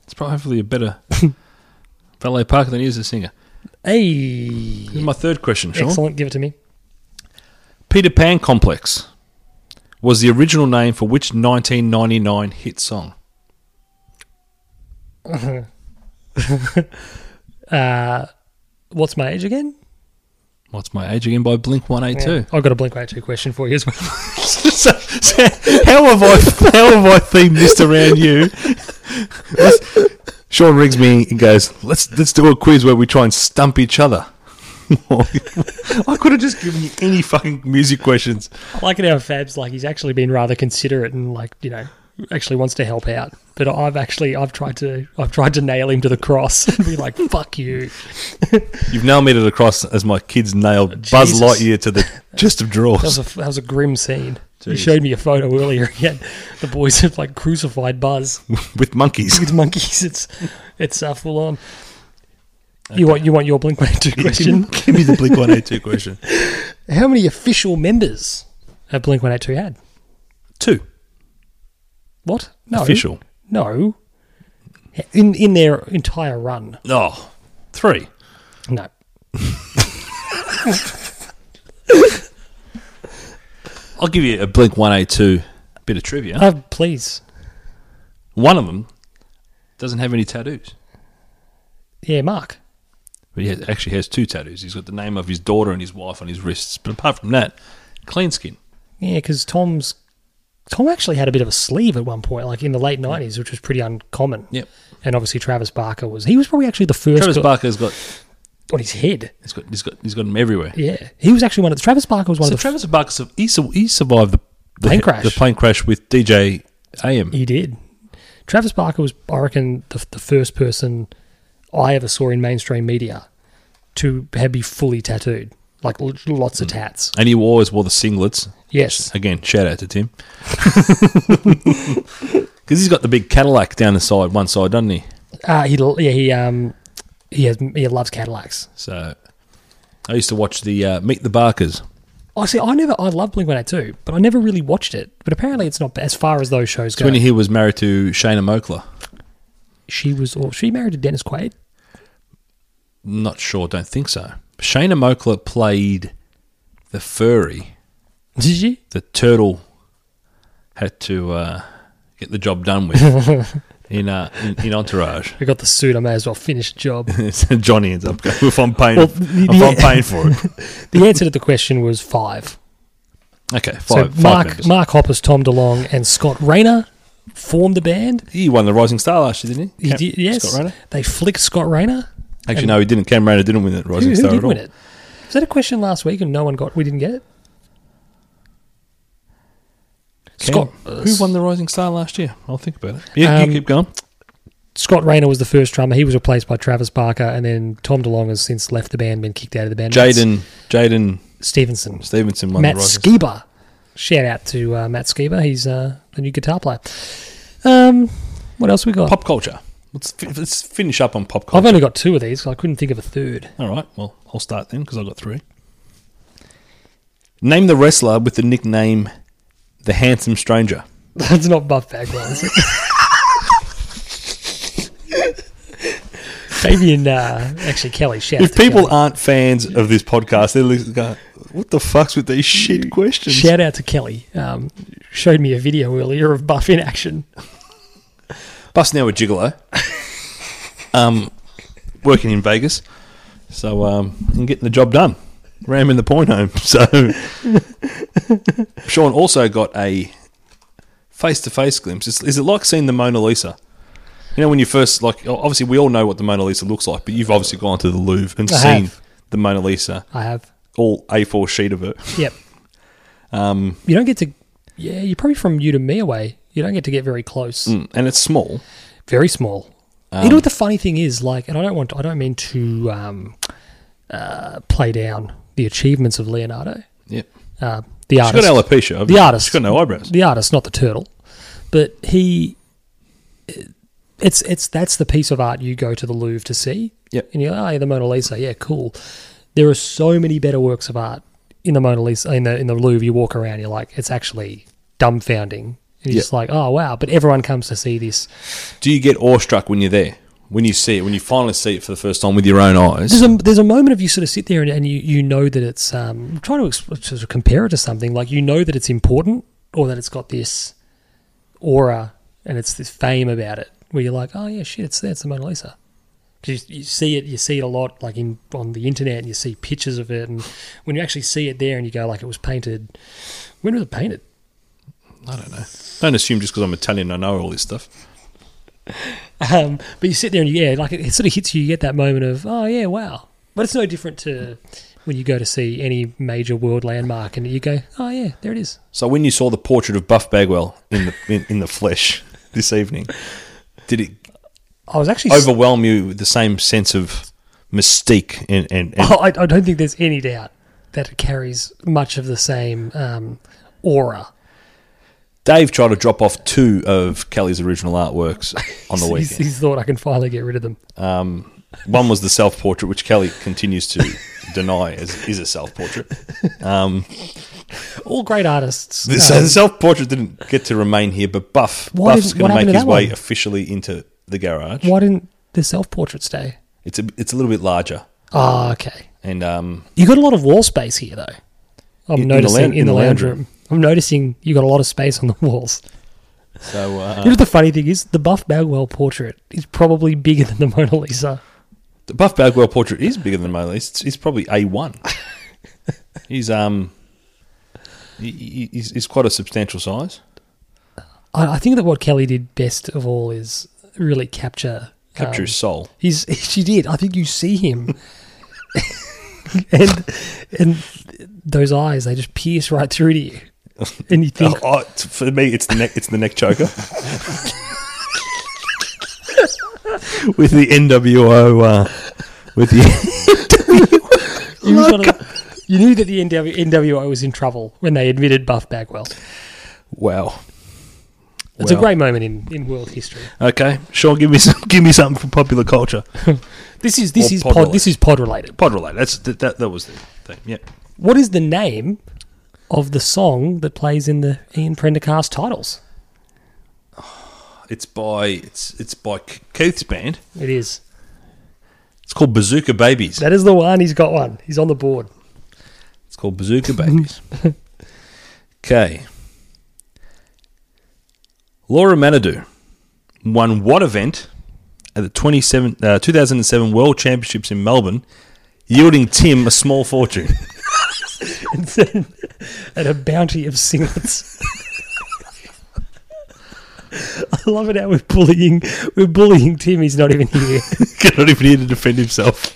B: It's probably hopefully a better valet parker than he is a singer.
A: Hey.
B: Here's my third question, Sean.
A: Excellent. Give it to me.
B: Peter Pan Complex was the original name for which 1999 hit song?
A: Uh, what's my age again?
B: What's my age again by Blink 182?
A: I've got a Blink 182 question for you as well.
B: So- so how have I how have I themed this around you? Let's- Sean rings me and goes, "Let's let's do a quiz where we try and stump each other." I could have just given you any fucking music questions.
A: I like it how Fab's like he's actually been rather considerate and like you know actually wants to help out. But I've actually I've tried to I've tried to nail him to the cross and be like fuck you.
B: You've now made it across as my kids nailed
A: Jesus.
B: Buzz Lightyear to the chest of
A: That
B: drawers.
A: was a that was a grim scene. You
B: Jeez.
A: showed me a photo earlier. He had the boys have like crucified Buzz
B: with monkeys.
A: with monkeys. It's it's uh, full on. You want you want your Blink One Eight Two question?
B: Give me the Blink 182 question.
A: How many official members have Blink One Eight Two had?
B: Two.
A: What? No.
B: Official.
A: No. In in their entire run.
B: Oh, three.
A: No.
B: I'll give you a Blink 182 bit of trivia.
A: Oh, please.
B: One of them doesn't have any tattoos,
A: Yeah, Mark.
B: but he has, actually has two tattoos. He's got the name of his daughter and his wife on his wrists. But apart from that, clean skin.
A: Yeah, because Tom's Tom actually had a bit of a sleeve at one point, like in the late nineties, which was pretty uncommon.
B: Yep.
A: And obviously Travis Barker was he was probably actually the first
B: Travis
A: guy-
B: Barker's got
A: on his head.
B: he's got he's got he's got them everywhere.
A: Yeah. He was actually one of the Travis Barker was one
B: So
A: of the
B: Travis Barker sur- he, sur- he survived the, the
A: Plane crash.
B: the plane crash with DJ AM.
A: he did. Travis Barker was I reckon the the first person I ever saw in mainstream media to have be fully tattooed. Like l- lots
B: Hmm.
A: of tats.
B: And he always wore the singlets.
A: Yes.
B: Again, shout out to Tim. Because he's got the big Cadillac down the side, one side, doesn't he?
A: Uh, he l- yeah, he um he has he loves Cadillacs.
B: So I used to watch the uh, Meet the Barkers.
A: I see. I never. I love Blink One Eight Two, but I never really watched it. But apparently, it's not b- as far as those shows go.
B: Sweeney Hill was married to Shana Mokler.
A: she was, or she married to Dennis Quaid.
B: Not sure, don't think so. Shana Mokler played the furry.
A: Did she?
B: The turtle had to uh, get the job done with in, uh, in in Entourage.
A: We got the suit. I may as well finish the job.
B: So Johnny ends up going, if I'm paying,
A: Well,
B: if
A: yeah.
B: I'm paying for it.
A: the answer to the question was five.
B: Okay, five,
A: so
B: five
A: Mark
B: members.
A: Mark Hoppus, Tom DeLong, and Scott Rayner formed the band.
B: He won the Rising Star last year, didn't he?
A: He
B: Cam-
A: did, yes,
B: Scott Rayner?
A: they flicked Scott Rayner.
B: Actually, no, he didn't. Cam Rayner didn't win the
A: Who,
B: Rising
A: who
B: Star
A: did
B: at all.
A: win it? Was that a question last week and no one got? We didn't get it.
B: Cam-
A: Scott uh,
B: who won the Rising Star last year? I'll think about it. Yeah,
A: Um,
B: you keep going.
A: Scott Rayner was the first drummer. He was replaced by Travis Barker, and then Tom DeLong has since left the band, been kicked out of the band.
B: Jaden Jaden
A: Stevenson.
B: Stevenson won
A: Matt
B: the Rising
A: Skiba. Shout out to uh, Matt Skiba. He's uh, the new guitar player. Um, what else we got?
B: Pop culture. Let's, fi- let's finish up on pop
A: I've
B: culture.
A: only got two of these. 'cause I couldn't think of a third.
B: All right. Well, I'll start then because I've got three. Name the wrestler with the nickname the Handsome Stranger.
A: That's not Buff Bagwell, is it? Maybe in uh, actually Kelly. Shout out
B: If
A: to
B: people
A: Kelly.
B: aren't fans of this podcast, they're listening, going, "What the fuck's with these shit questions?"
A: shout out to Kelly. Um, showed me a video earlier of Buff in action.
B: Bus now a gigolo. um, working in Vegas, so um, and getting the job done, ramming the point home. So Sean also got a face-to-face glimpse. Is, is it like seeing the Mona Lisa? You know, when you first like, o- obviously we all know what the Mona Lisa looks like, but you've obviously gone to the Louvre and
A: I
B: seen
A: have.
B: the Mona Lisa,
A: I have.
B: all A4 sheet of it.
A: Yep.
B: Um,
A: You don't get to. Yeah, you're probably from you to me away. You don't get to get very close.
B: Mm, and it's small.
A: Very small. you know what the funny thing is, like, and I don't want. I don't mean to um, uh, play down the achievements of Leonardo.
B: Yep.
A: Uh, the
B: She's got
A: artist,
B: alopecia.
A: the artist,
B: She's got no eyebrows.
A: the artist, not the turtle. But he, it's it's that's the piece of art you go to the Louvre to see.
B: Yep.
A: And you're oh, yeah, the Mona Lisa, yeah, cool. There are so many better works of art in the Mona Lisa in the in the Louvre. You walk around, you're like, it's actually dumbfounding. And you're
B: Yep.
A: just like, oh wow! But everyone comes to see this.
B: Do you get awestruck when you're there? When you see it, when you finally see it for the first time with your own eyes?
A: There's a there's a moment of you sort of sit there and, and you you know that it's um I'm trying to ex- sort of compare it to something like you know that it's important or that it's got this aura and it's this fame about it where you're like oh yeah shit it's there it's the Mona Lisa 'Cause you, you see it you see it a lot like in on the internet and you see pictures of it and when you actually see it there and you go like it was painted when was it painted
B: I don't know. Don't assume just because I'm Italian I know all this stuff.
A: Um, but you sit there and you, yeah, like it, it sort of hits you. You get that moment of oh yeah, wow. But it's no different to when you go to see any major world landmark and you go oh yeah, there it is.
B: So when you saw the portrait of Buff Bagwell in the in, in the flesh this evening, did it
A: I was actually. s-
B: overwhelm you with the same sense of mystique and, and, and
A: Oh, I, I don't think there's any doubt that it carries much of the same um, aura.
B: Dave tried to drop off two of Kelly's original artworks on the
A: he's,
B: weekend.
A: he's thought I can finally get rid of them.
B: Um, one was the self portrait, which Kelly continues to deny as is a self portrait. Um,
A: All great artists. um,
B: the- so the self portrait didn't get to remain here, but Buff
A: Why
B: Buff's
A: didn't-
B: going
A: what
B: to
A: happened
B: make
A: to
B: his
A: that
B: way
A: one?
B: officially into the garage.
A: why didn't the self portraits stay?
B: It's a it's a little bit larger,
A: Ah, okay.
B: and um,
A: You got a lot of wall space here, though. I'm
B: In- in the
A: noticing
B: loun-
A: in, the lounge room. I'm noticing you got a lot of space on the walls.
B: so
A: You know
B: uh,
A: what the funny thing is? The Buff Bagwell portrait is probably bigger than the Mona Lisa.
B: the Buff Bagwell portrait is bigger than Mona Lisa. It's, it's probably a one. he's um, he- he, he's, he's quite a substantial size.
A: I, I think that what Kelly did best of all is really capture
B: Capture
A: um,
B: his soul.
A: He's she did. I think you see him, and and those eyes they just pierce right through to you, and you think,
B: Oh, oh, t- for me, it's the neck. It's the neck choker
C: with the NWO, uh, with the
A: he was one of the- you knew that the NW, NWO was in trouble when they admitted Buff Bagwell.
C: wow.
A: It's a
C: Well.
A: great moment in, in world history.
C: Okay, Sean, give me some, give me something from popular culture.
A: This is this
B: Or
A: is
B: pod
A: pod,
B: related.
A: this is pod related.
C: Pod related. That's that, that. That was the thing. Yeah.
A: What is the name of the song that plays in the Ian Prendergast titles?
B: It's by it's it's by K- Keith's band.
A: It is.
B: It's called Bazooka Babies.
A: That is the one. He's got one. He's on the board.
B: It's called Bazooka Babies. Okay. Laura Manadou won what event at the 27, uh, 2007 World Championships in Melbourne, yielding Tim a small fortune?
A: and, then- and a bounty of singlets. I love it how we're bullying. We're bullying Tim. He's not even here.
C: Cannot even here to defend himself.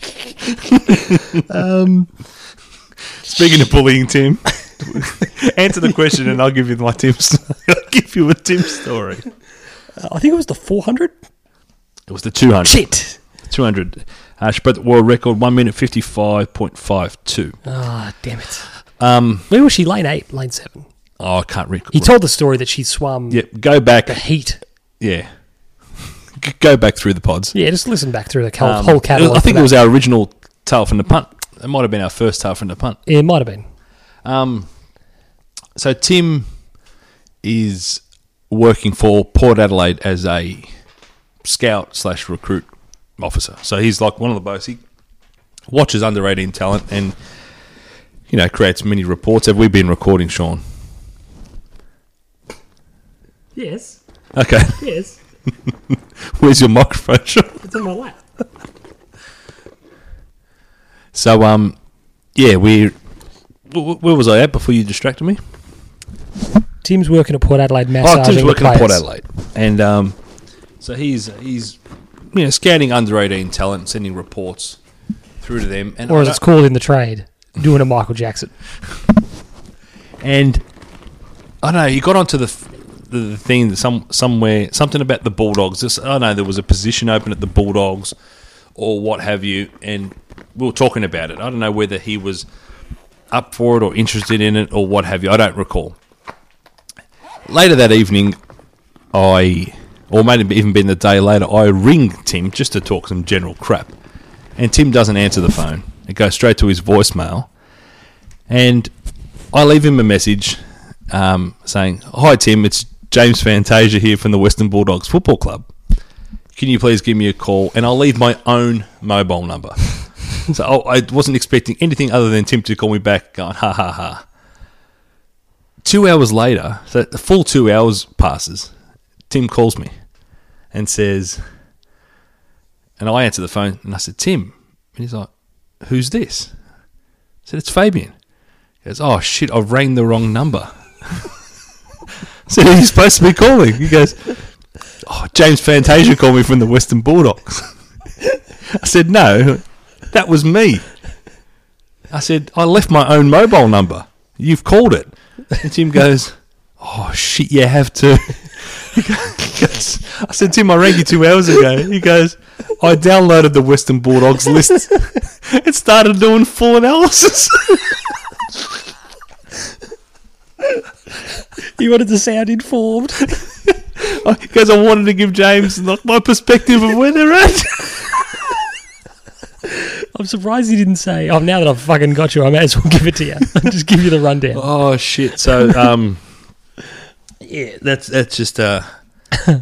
A: Um,
C: Speaking of bullying, Tim, answer the question and I'll give you my Tim. st- I'll give you a Tim story.
A: I think it was the 400.
C: It was the 200.
A: Shit.
C: 200. Uh, she broke the world record, 1 minute 55.52.
A: Ah, damn it.
C: Um,
A: Where was she? Lane eight, lane seven.
C: oh, I can't read.
A: He told the story that she swum
C: yeah, go back.
A: the heat.
C: Yeah. G- Go back through the pods.
A: Yeah, just listen back through the whole,
C: Um,
A: whole
C: it was-
A: catalog.
C: I think
A: for
C: it
A: that.
C: was our original tail from the punt. It might have been our first tail from the punt.
A: Yeah, it might have been.
C: Um, so Tim is working for Port Adelaide as a scout slash recruit officer. So he's like one of the boats. He watches under eighteen talent and you know creates many reports. Have we been recording, Sean?
A: Yes.
C: Okay,
A: Yes.
C: where's your microphone, Sean?
A: It's on my lap.
C: So um, yeah, we. wh- wh- Where was I at before you distracted me?
A: Tim's working at Port Adelaide, massaging
C: Oh, Tim's
A: the
C: working at Port
A: players.
C: Adelaide, and um, so he's he's you know scanning under eighteen talent, and sending reports through to them, and
A: Or as it's called in the trade, doing a Michael Jackson.
C: and I don't know he got onto the. f- The the thing that some somewhere something about the Bulldogs. This, I don't know there was a position open at the Bulldogs,
B: or what have you, and we were talking about it. I don't know whether he was up for it or interested in it or what have you. I don't recall. Later that evening, I, or might have even been the day later, I ring Tim just to talk some general crap. And Tim doesn't answer the phone. It goes straight to his voicemail. And I leave him a message um, saying, Hi, Tim, it's James Fantasia here from the Western Bulldogs Football Club. Can you please give me a call? And I'll leave my own mobile number. so oh, I I wasn't expecting anything other than Tim to call me back, going, ha ha ha. Two hours later, so the full two hours passes, Tim calls me and says, and I answer the phone and I said, Tim. And he's like, Who's this? I said, It's Fabian. He goes, Oh shit, I rang the wrong number. So who are you supposed to be calling? He goes, Oh, James Fantasia called me from the Western Bulldogs. I said, No, that was me. I said, I left my own mobile number. You've called it. And Tim goes, Oh shit, you have to. He goes, I said, Tim, I rang you two hours ago. He goes, I downloaded the Western Bulldogs list and started doing full analysis.
A: You wanted to sound informed.
B: Because I wanted to give James like my perspective of where they're at.
A: I'm surprised he didn't say, "Oh, now that I've fucking got you, I may as well give it to you. Just give you the rundown."
B: Oh shit! So um, yeah, that's that's just uh, now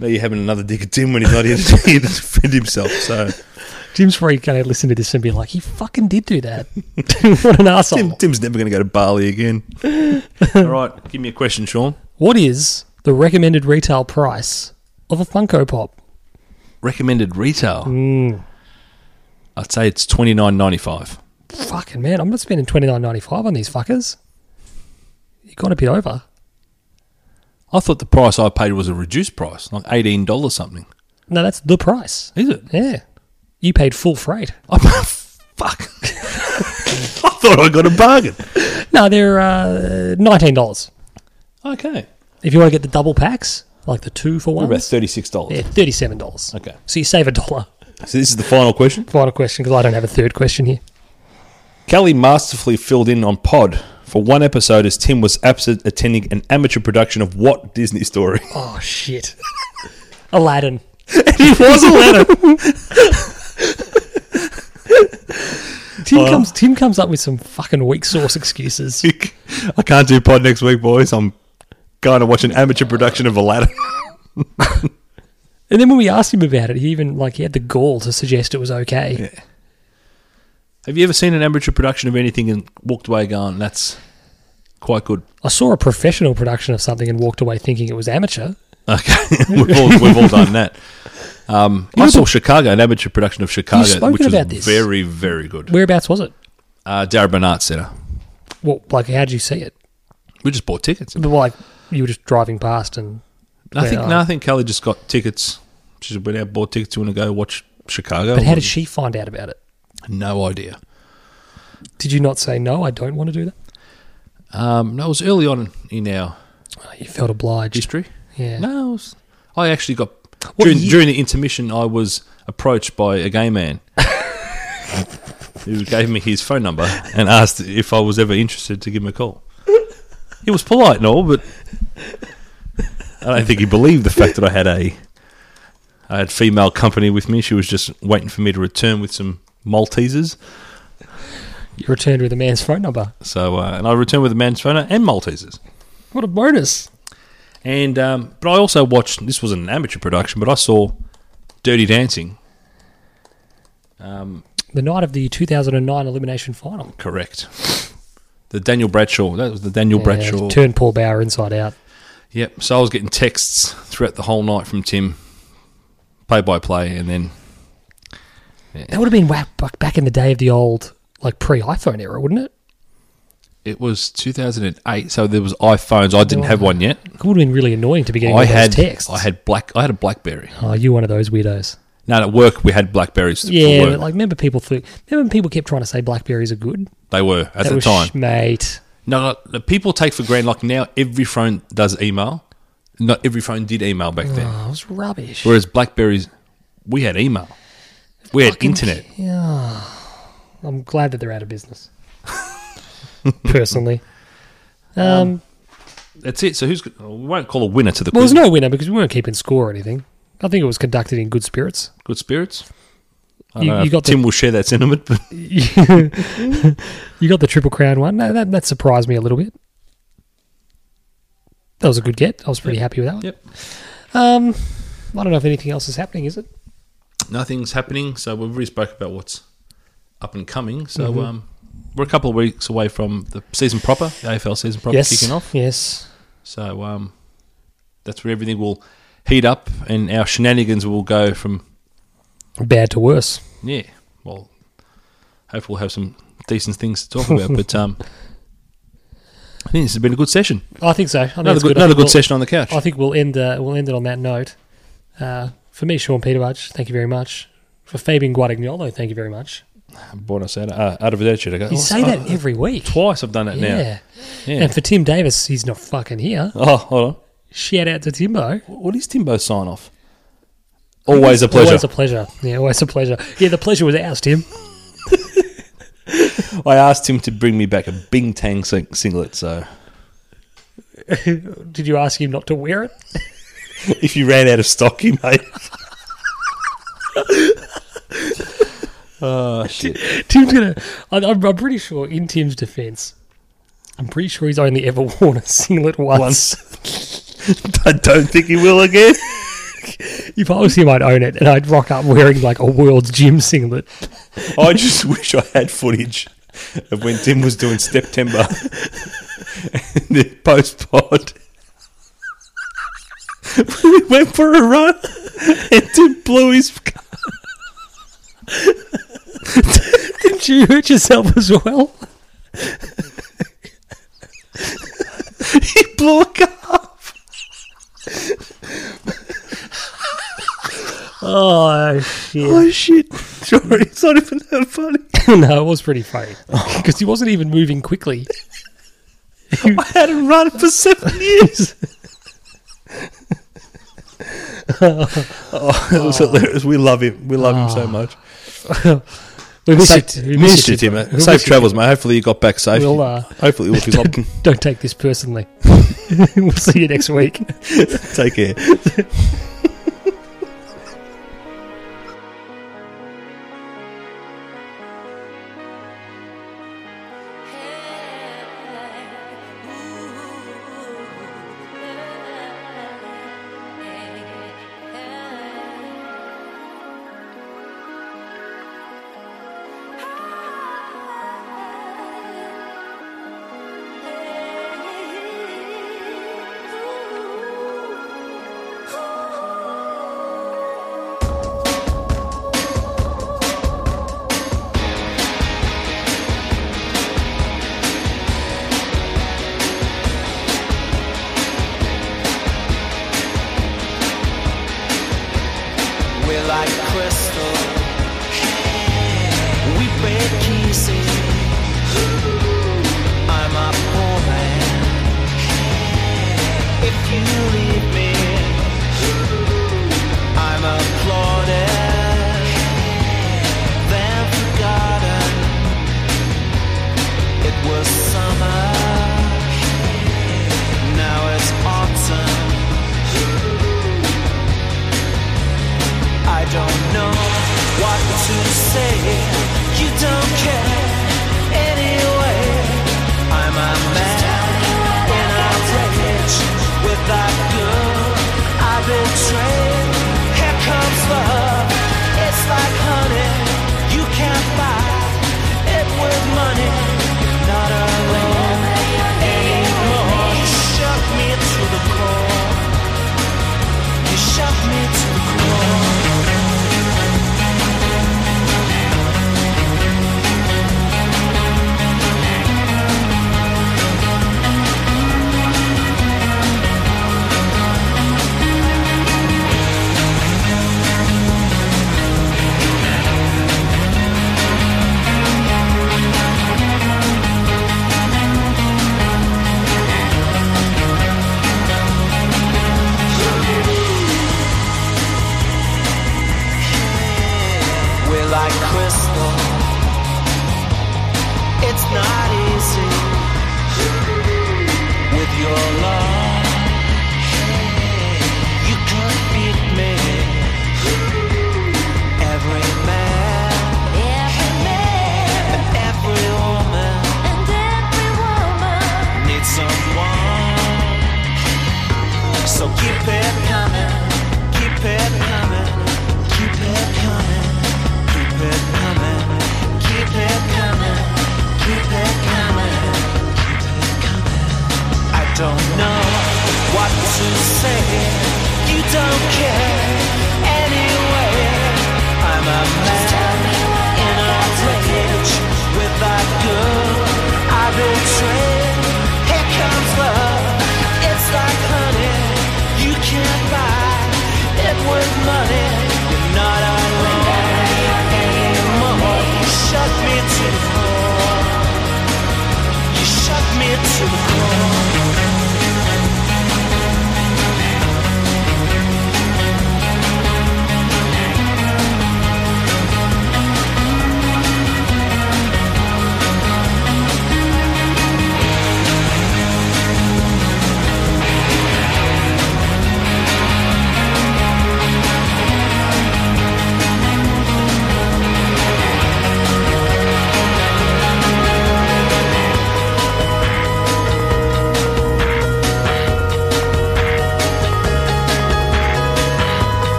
B: you're having another dig at Tim when he's not here to, here to defend himself. So
A: Jim's probably going to listen to this and be like, "He fucking did do that. what an asshole!"
B: Tim, Tim's never going to go to Bali again. All right, give me a question, Sean.
A: What is the recommended retail price of a Funko Pop?
B: Recommended retail?
A: Mm.
B: I'd say it's twenty nine ninety five.
A: Fucking man, I'm not spending twenty nine ninety five on these fuckers. You got a bit over.
B: I thought the price I paid was a reduced price, like eighteen dollars something.
A: No, that's the price.
B: Is it?
A: Yeah, you paid full freight.
B: I, fuck. I thought I got a bargain.
A: Oh, No, they're uh, nineteen dollars.
B: Okay.
A: If you want to get the double packs, like the two for
B: About
A: one,
B: thirty-six dollars.
A: they're thirty seven dollars.
B: Okay.
A: So you save a dollar.
B: So this is the final question.
A: Final question, because I don't have a third question here.
B: Kelly masterfully filled in on Pod for one episode as Tim was absent attending an amateur production of what Disney story?
A: Oh shit, Aladdin.
B: it was Aladdin.
A: Tim comes. Tim comes up with some fucking weak source excuses.
B: I can't do Pod next week, boys. I'm going to watch an amateur production of Aladdin.
A: And then when we asked him about it, he even like he had the gall to suggest it was okay.
B: Have you ever seen an amateur production of anything and walked away going, "That's quite good"?
A: I saw a professional production of something and walked away thinking it was amateur.
B: Okay, we've all, we've all done that. Um, I saw Chicago, an amateur production of Chicago,
A: spoken
B: which was
A: about this.
B: very, very good.
A: Whereabouts was it?
B: Uh, Darabin Arts Centre.
A: Well, like how did you see it?
B: We just bought tickets.
A: But, Like you were just driving past and
B: I think,
A: Yeah.
B: no, I think Kelly just got tickets. She went out, bought tickets. You want to go watch Chicago?
A: but how did she find out about it?
B: No idea.
A: Did you not say no? I don't want to do that.
B: Um, no, it was early on in our
A: Oh, you felt obliged.
B: history.
A: Yeah.
B: No, it was, I actually got
A: What
B: during,
A: year-
B: during the intermission. I was approached by a gay man who gave me his phone number and asked if I was ever interested to give him a call. He was polite and all, but I don't think he believed the fact that I had a I had female company with me. She was just waiting for me to return with some Maltesers.
A: You returned with a man's phone number.
B: So, uh, and I returned with a man's phone and Maltesers.
A: What a bonus!
B: And um, but I also watched. This was an amateur production, but I saw Dirty Dancing.
A: The night of the 2009 elimination final.
B: Correct. The Daniel Bradshaw. That was the Daniel Bradshaw.
A: Yeah, turned Paul Bauer inside out.
B: Yep. So I was getting texts throughout the whole night from Tim, play by play, and then
A: That would have been whack- back back in the day of the old like pre iPhone era, wouldn't it?
B: it was 2008. So there was iPhones. I didn't have one yet.
A: It would have been really annoying to be getting all
B: I
A: those
B: had
A: texts.
B: I had black. I had a BlackBerry.
A: oh, you one of those weirdos.
B: No, at work we had BlackBerries. for
A: Yeah,
B: work.
A: but like remember people th- remember when people kept trying to say blackberries are good
B: they were at
A: That
B: the
A: was
B: time.
A: sh- mate.
B: No, no, the people take for granted. Like now, every phone does email. Not every phone did email back then.
A: Oh, it was rubbish.
B: Whereas Blackberries, we had email.
C: We had internet.
A: Yeah. I'm glad that they're out of business. Personally. Um,
C: That's it. So who's? go- oh, We won't call a winner to the
A: well,
C: quiz.
A: there's no winner because we weren't keeping score or anything. I think it was conducted in good spirits.
C: Good spirits. I
A: You-
C: don't know
A: you
C: if
A: got the-
C: Tim will share that sentiment, but
A: you got the Triple Crown one. No, that, that surprised me a little bit. That was a good get. I was pretty happy with that one.
C: Yep.
A: Um, I don't know if anything else is happening, is it?
C: nothing's happening. So we've already spoke about what's up and coming. So
A: Mm-hmm.
C: um, we're a couple of weeks away from the season proper, the AFL season proper
A: yes.
C: kicking off.
A: Yes.
C: So um, that's where everything will heat up, and our shenanigans will go from
A: Bad to worse.
C: yeah. Well, hopefully we'll have some decent things to talk about. but um, I think this has been a good session.
A: I think so. I think
C: Another
A: it's
C: good,
A: I
C: another
A: think
C: good
A: we'll-
C: session on the couch.
A: I think we'll end. Uh, we'll end it on that note. Uh, for me, Sean Peterbudge, thank you very much. For Fabian Guadagnolo, thank you very much.
C: Buenos Aires, uh, Arrivederci. I go,
A: You
C: oh,
A: say
C: oh,
A: that every week.
C: twice. I've done that now.
A: Yeah.
C: Yeah.
A: And for Tim Davis, he's not fucking here.
C: Oh, hold on.
A: Shout out to Timbo.
C: What is Timbo's sign off? Always a pleasure.
A: Always a pleasure. Yeah, always a pleasure. Yeah, the pleasure was ours, Tim.
B: I asked him to bring me back a Bing Tang sing- singlet, so
A: Did you ask him not to wear it?
B: if you ran out of stock, he made. Ah,
C: oh shit!
A: Tim's gonna. I, I'm, I'm pretty sure, in Tim's defence, I'm pretty sure he's only ever worn a singlet once.
B: I don't think he will again.
A: If I was him, I'd own it, and I'd rock up wearing like a world's gym singlet.
B: I just wish I had footage of when Tim was doing September and the post pod. we went for a run and Tim blew his car.
A: Didn't you hurt yourself as well?
B: He blew a car.
A: Oh shit!
B: Oh shit! Sorry, it's not even that funny.
A: no, it was pretty funny because he wasn't even moving quickly.
B: I hadn't run for seven years. oh, it was hilarious. We love him. We love him so much.
A: We miss
B: Safe,
A: you- we miss
B: missed you, Tim.
A: Timbo.
B: mate.
A: We
B: Safe
A: miss you,
B: travels, mate. Hopefully you got back safe.
A: We'll, uh,
B: Hopefully we'll be
A: Tim. Don't take this personally. we'll see you next week.
B: Take care.
D: Ooh.
E: you say you don't care.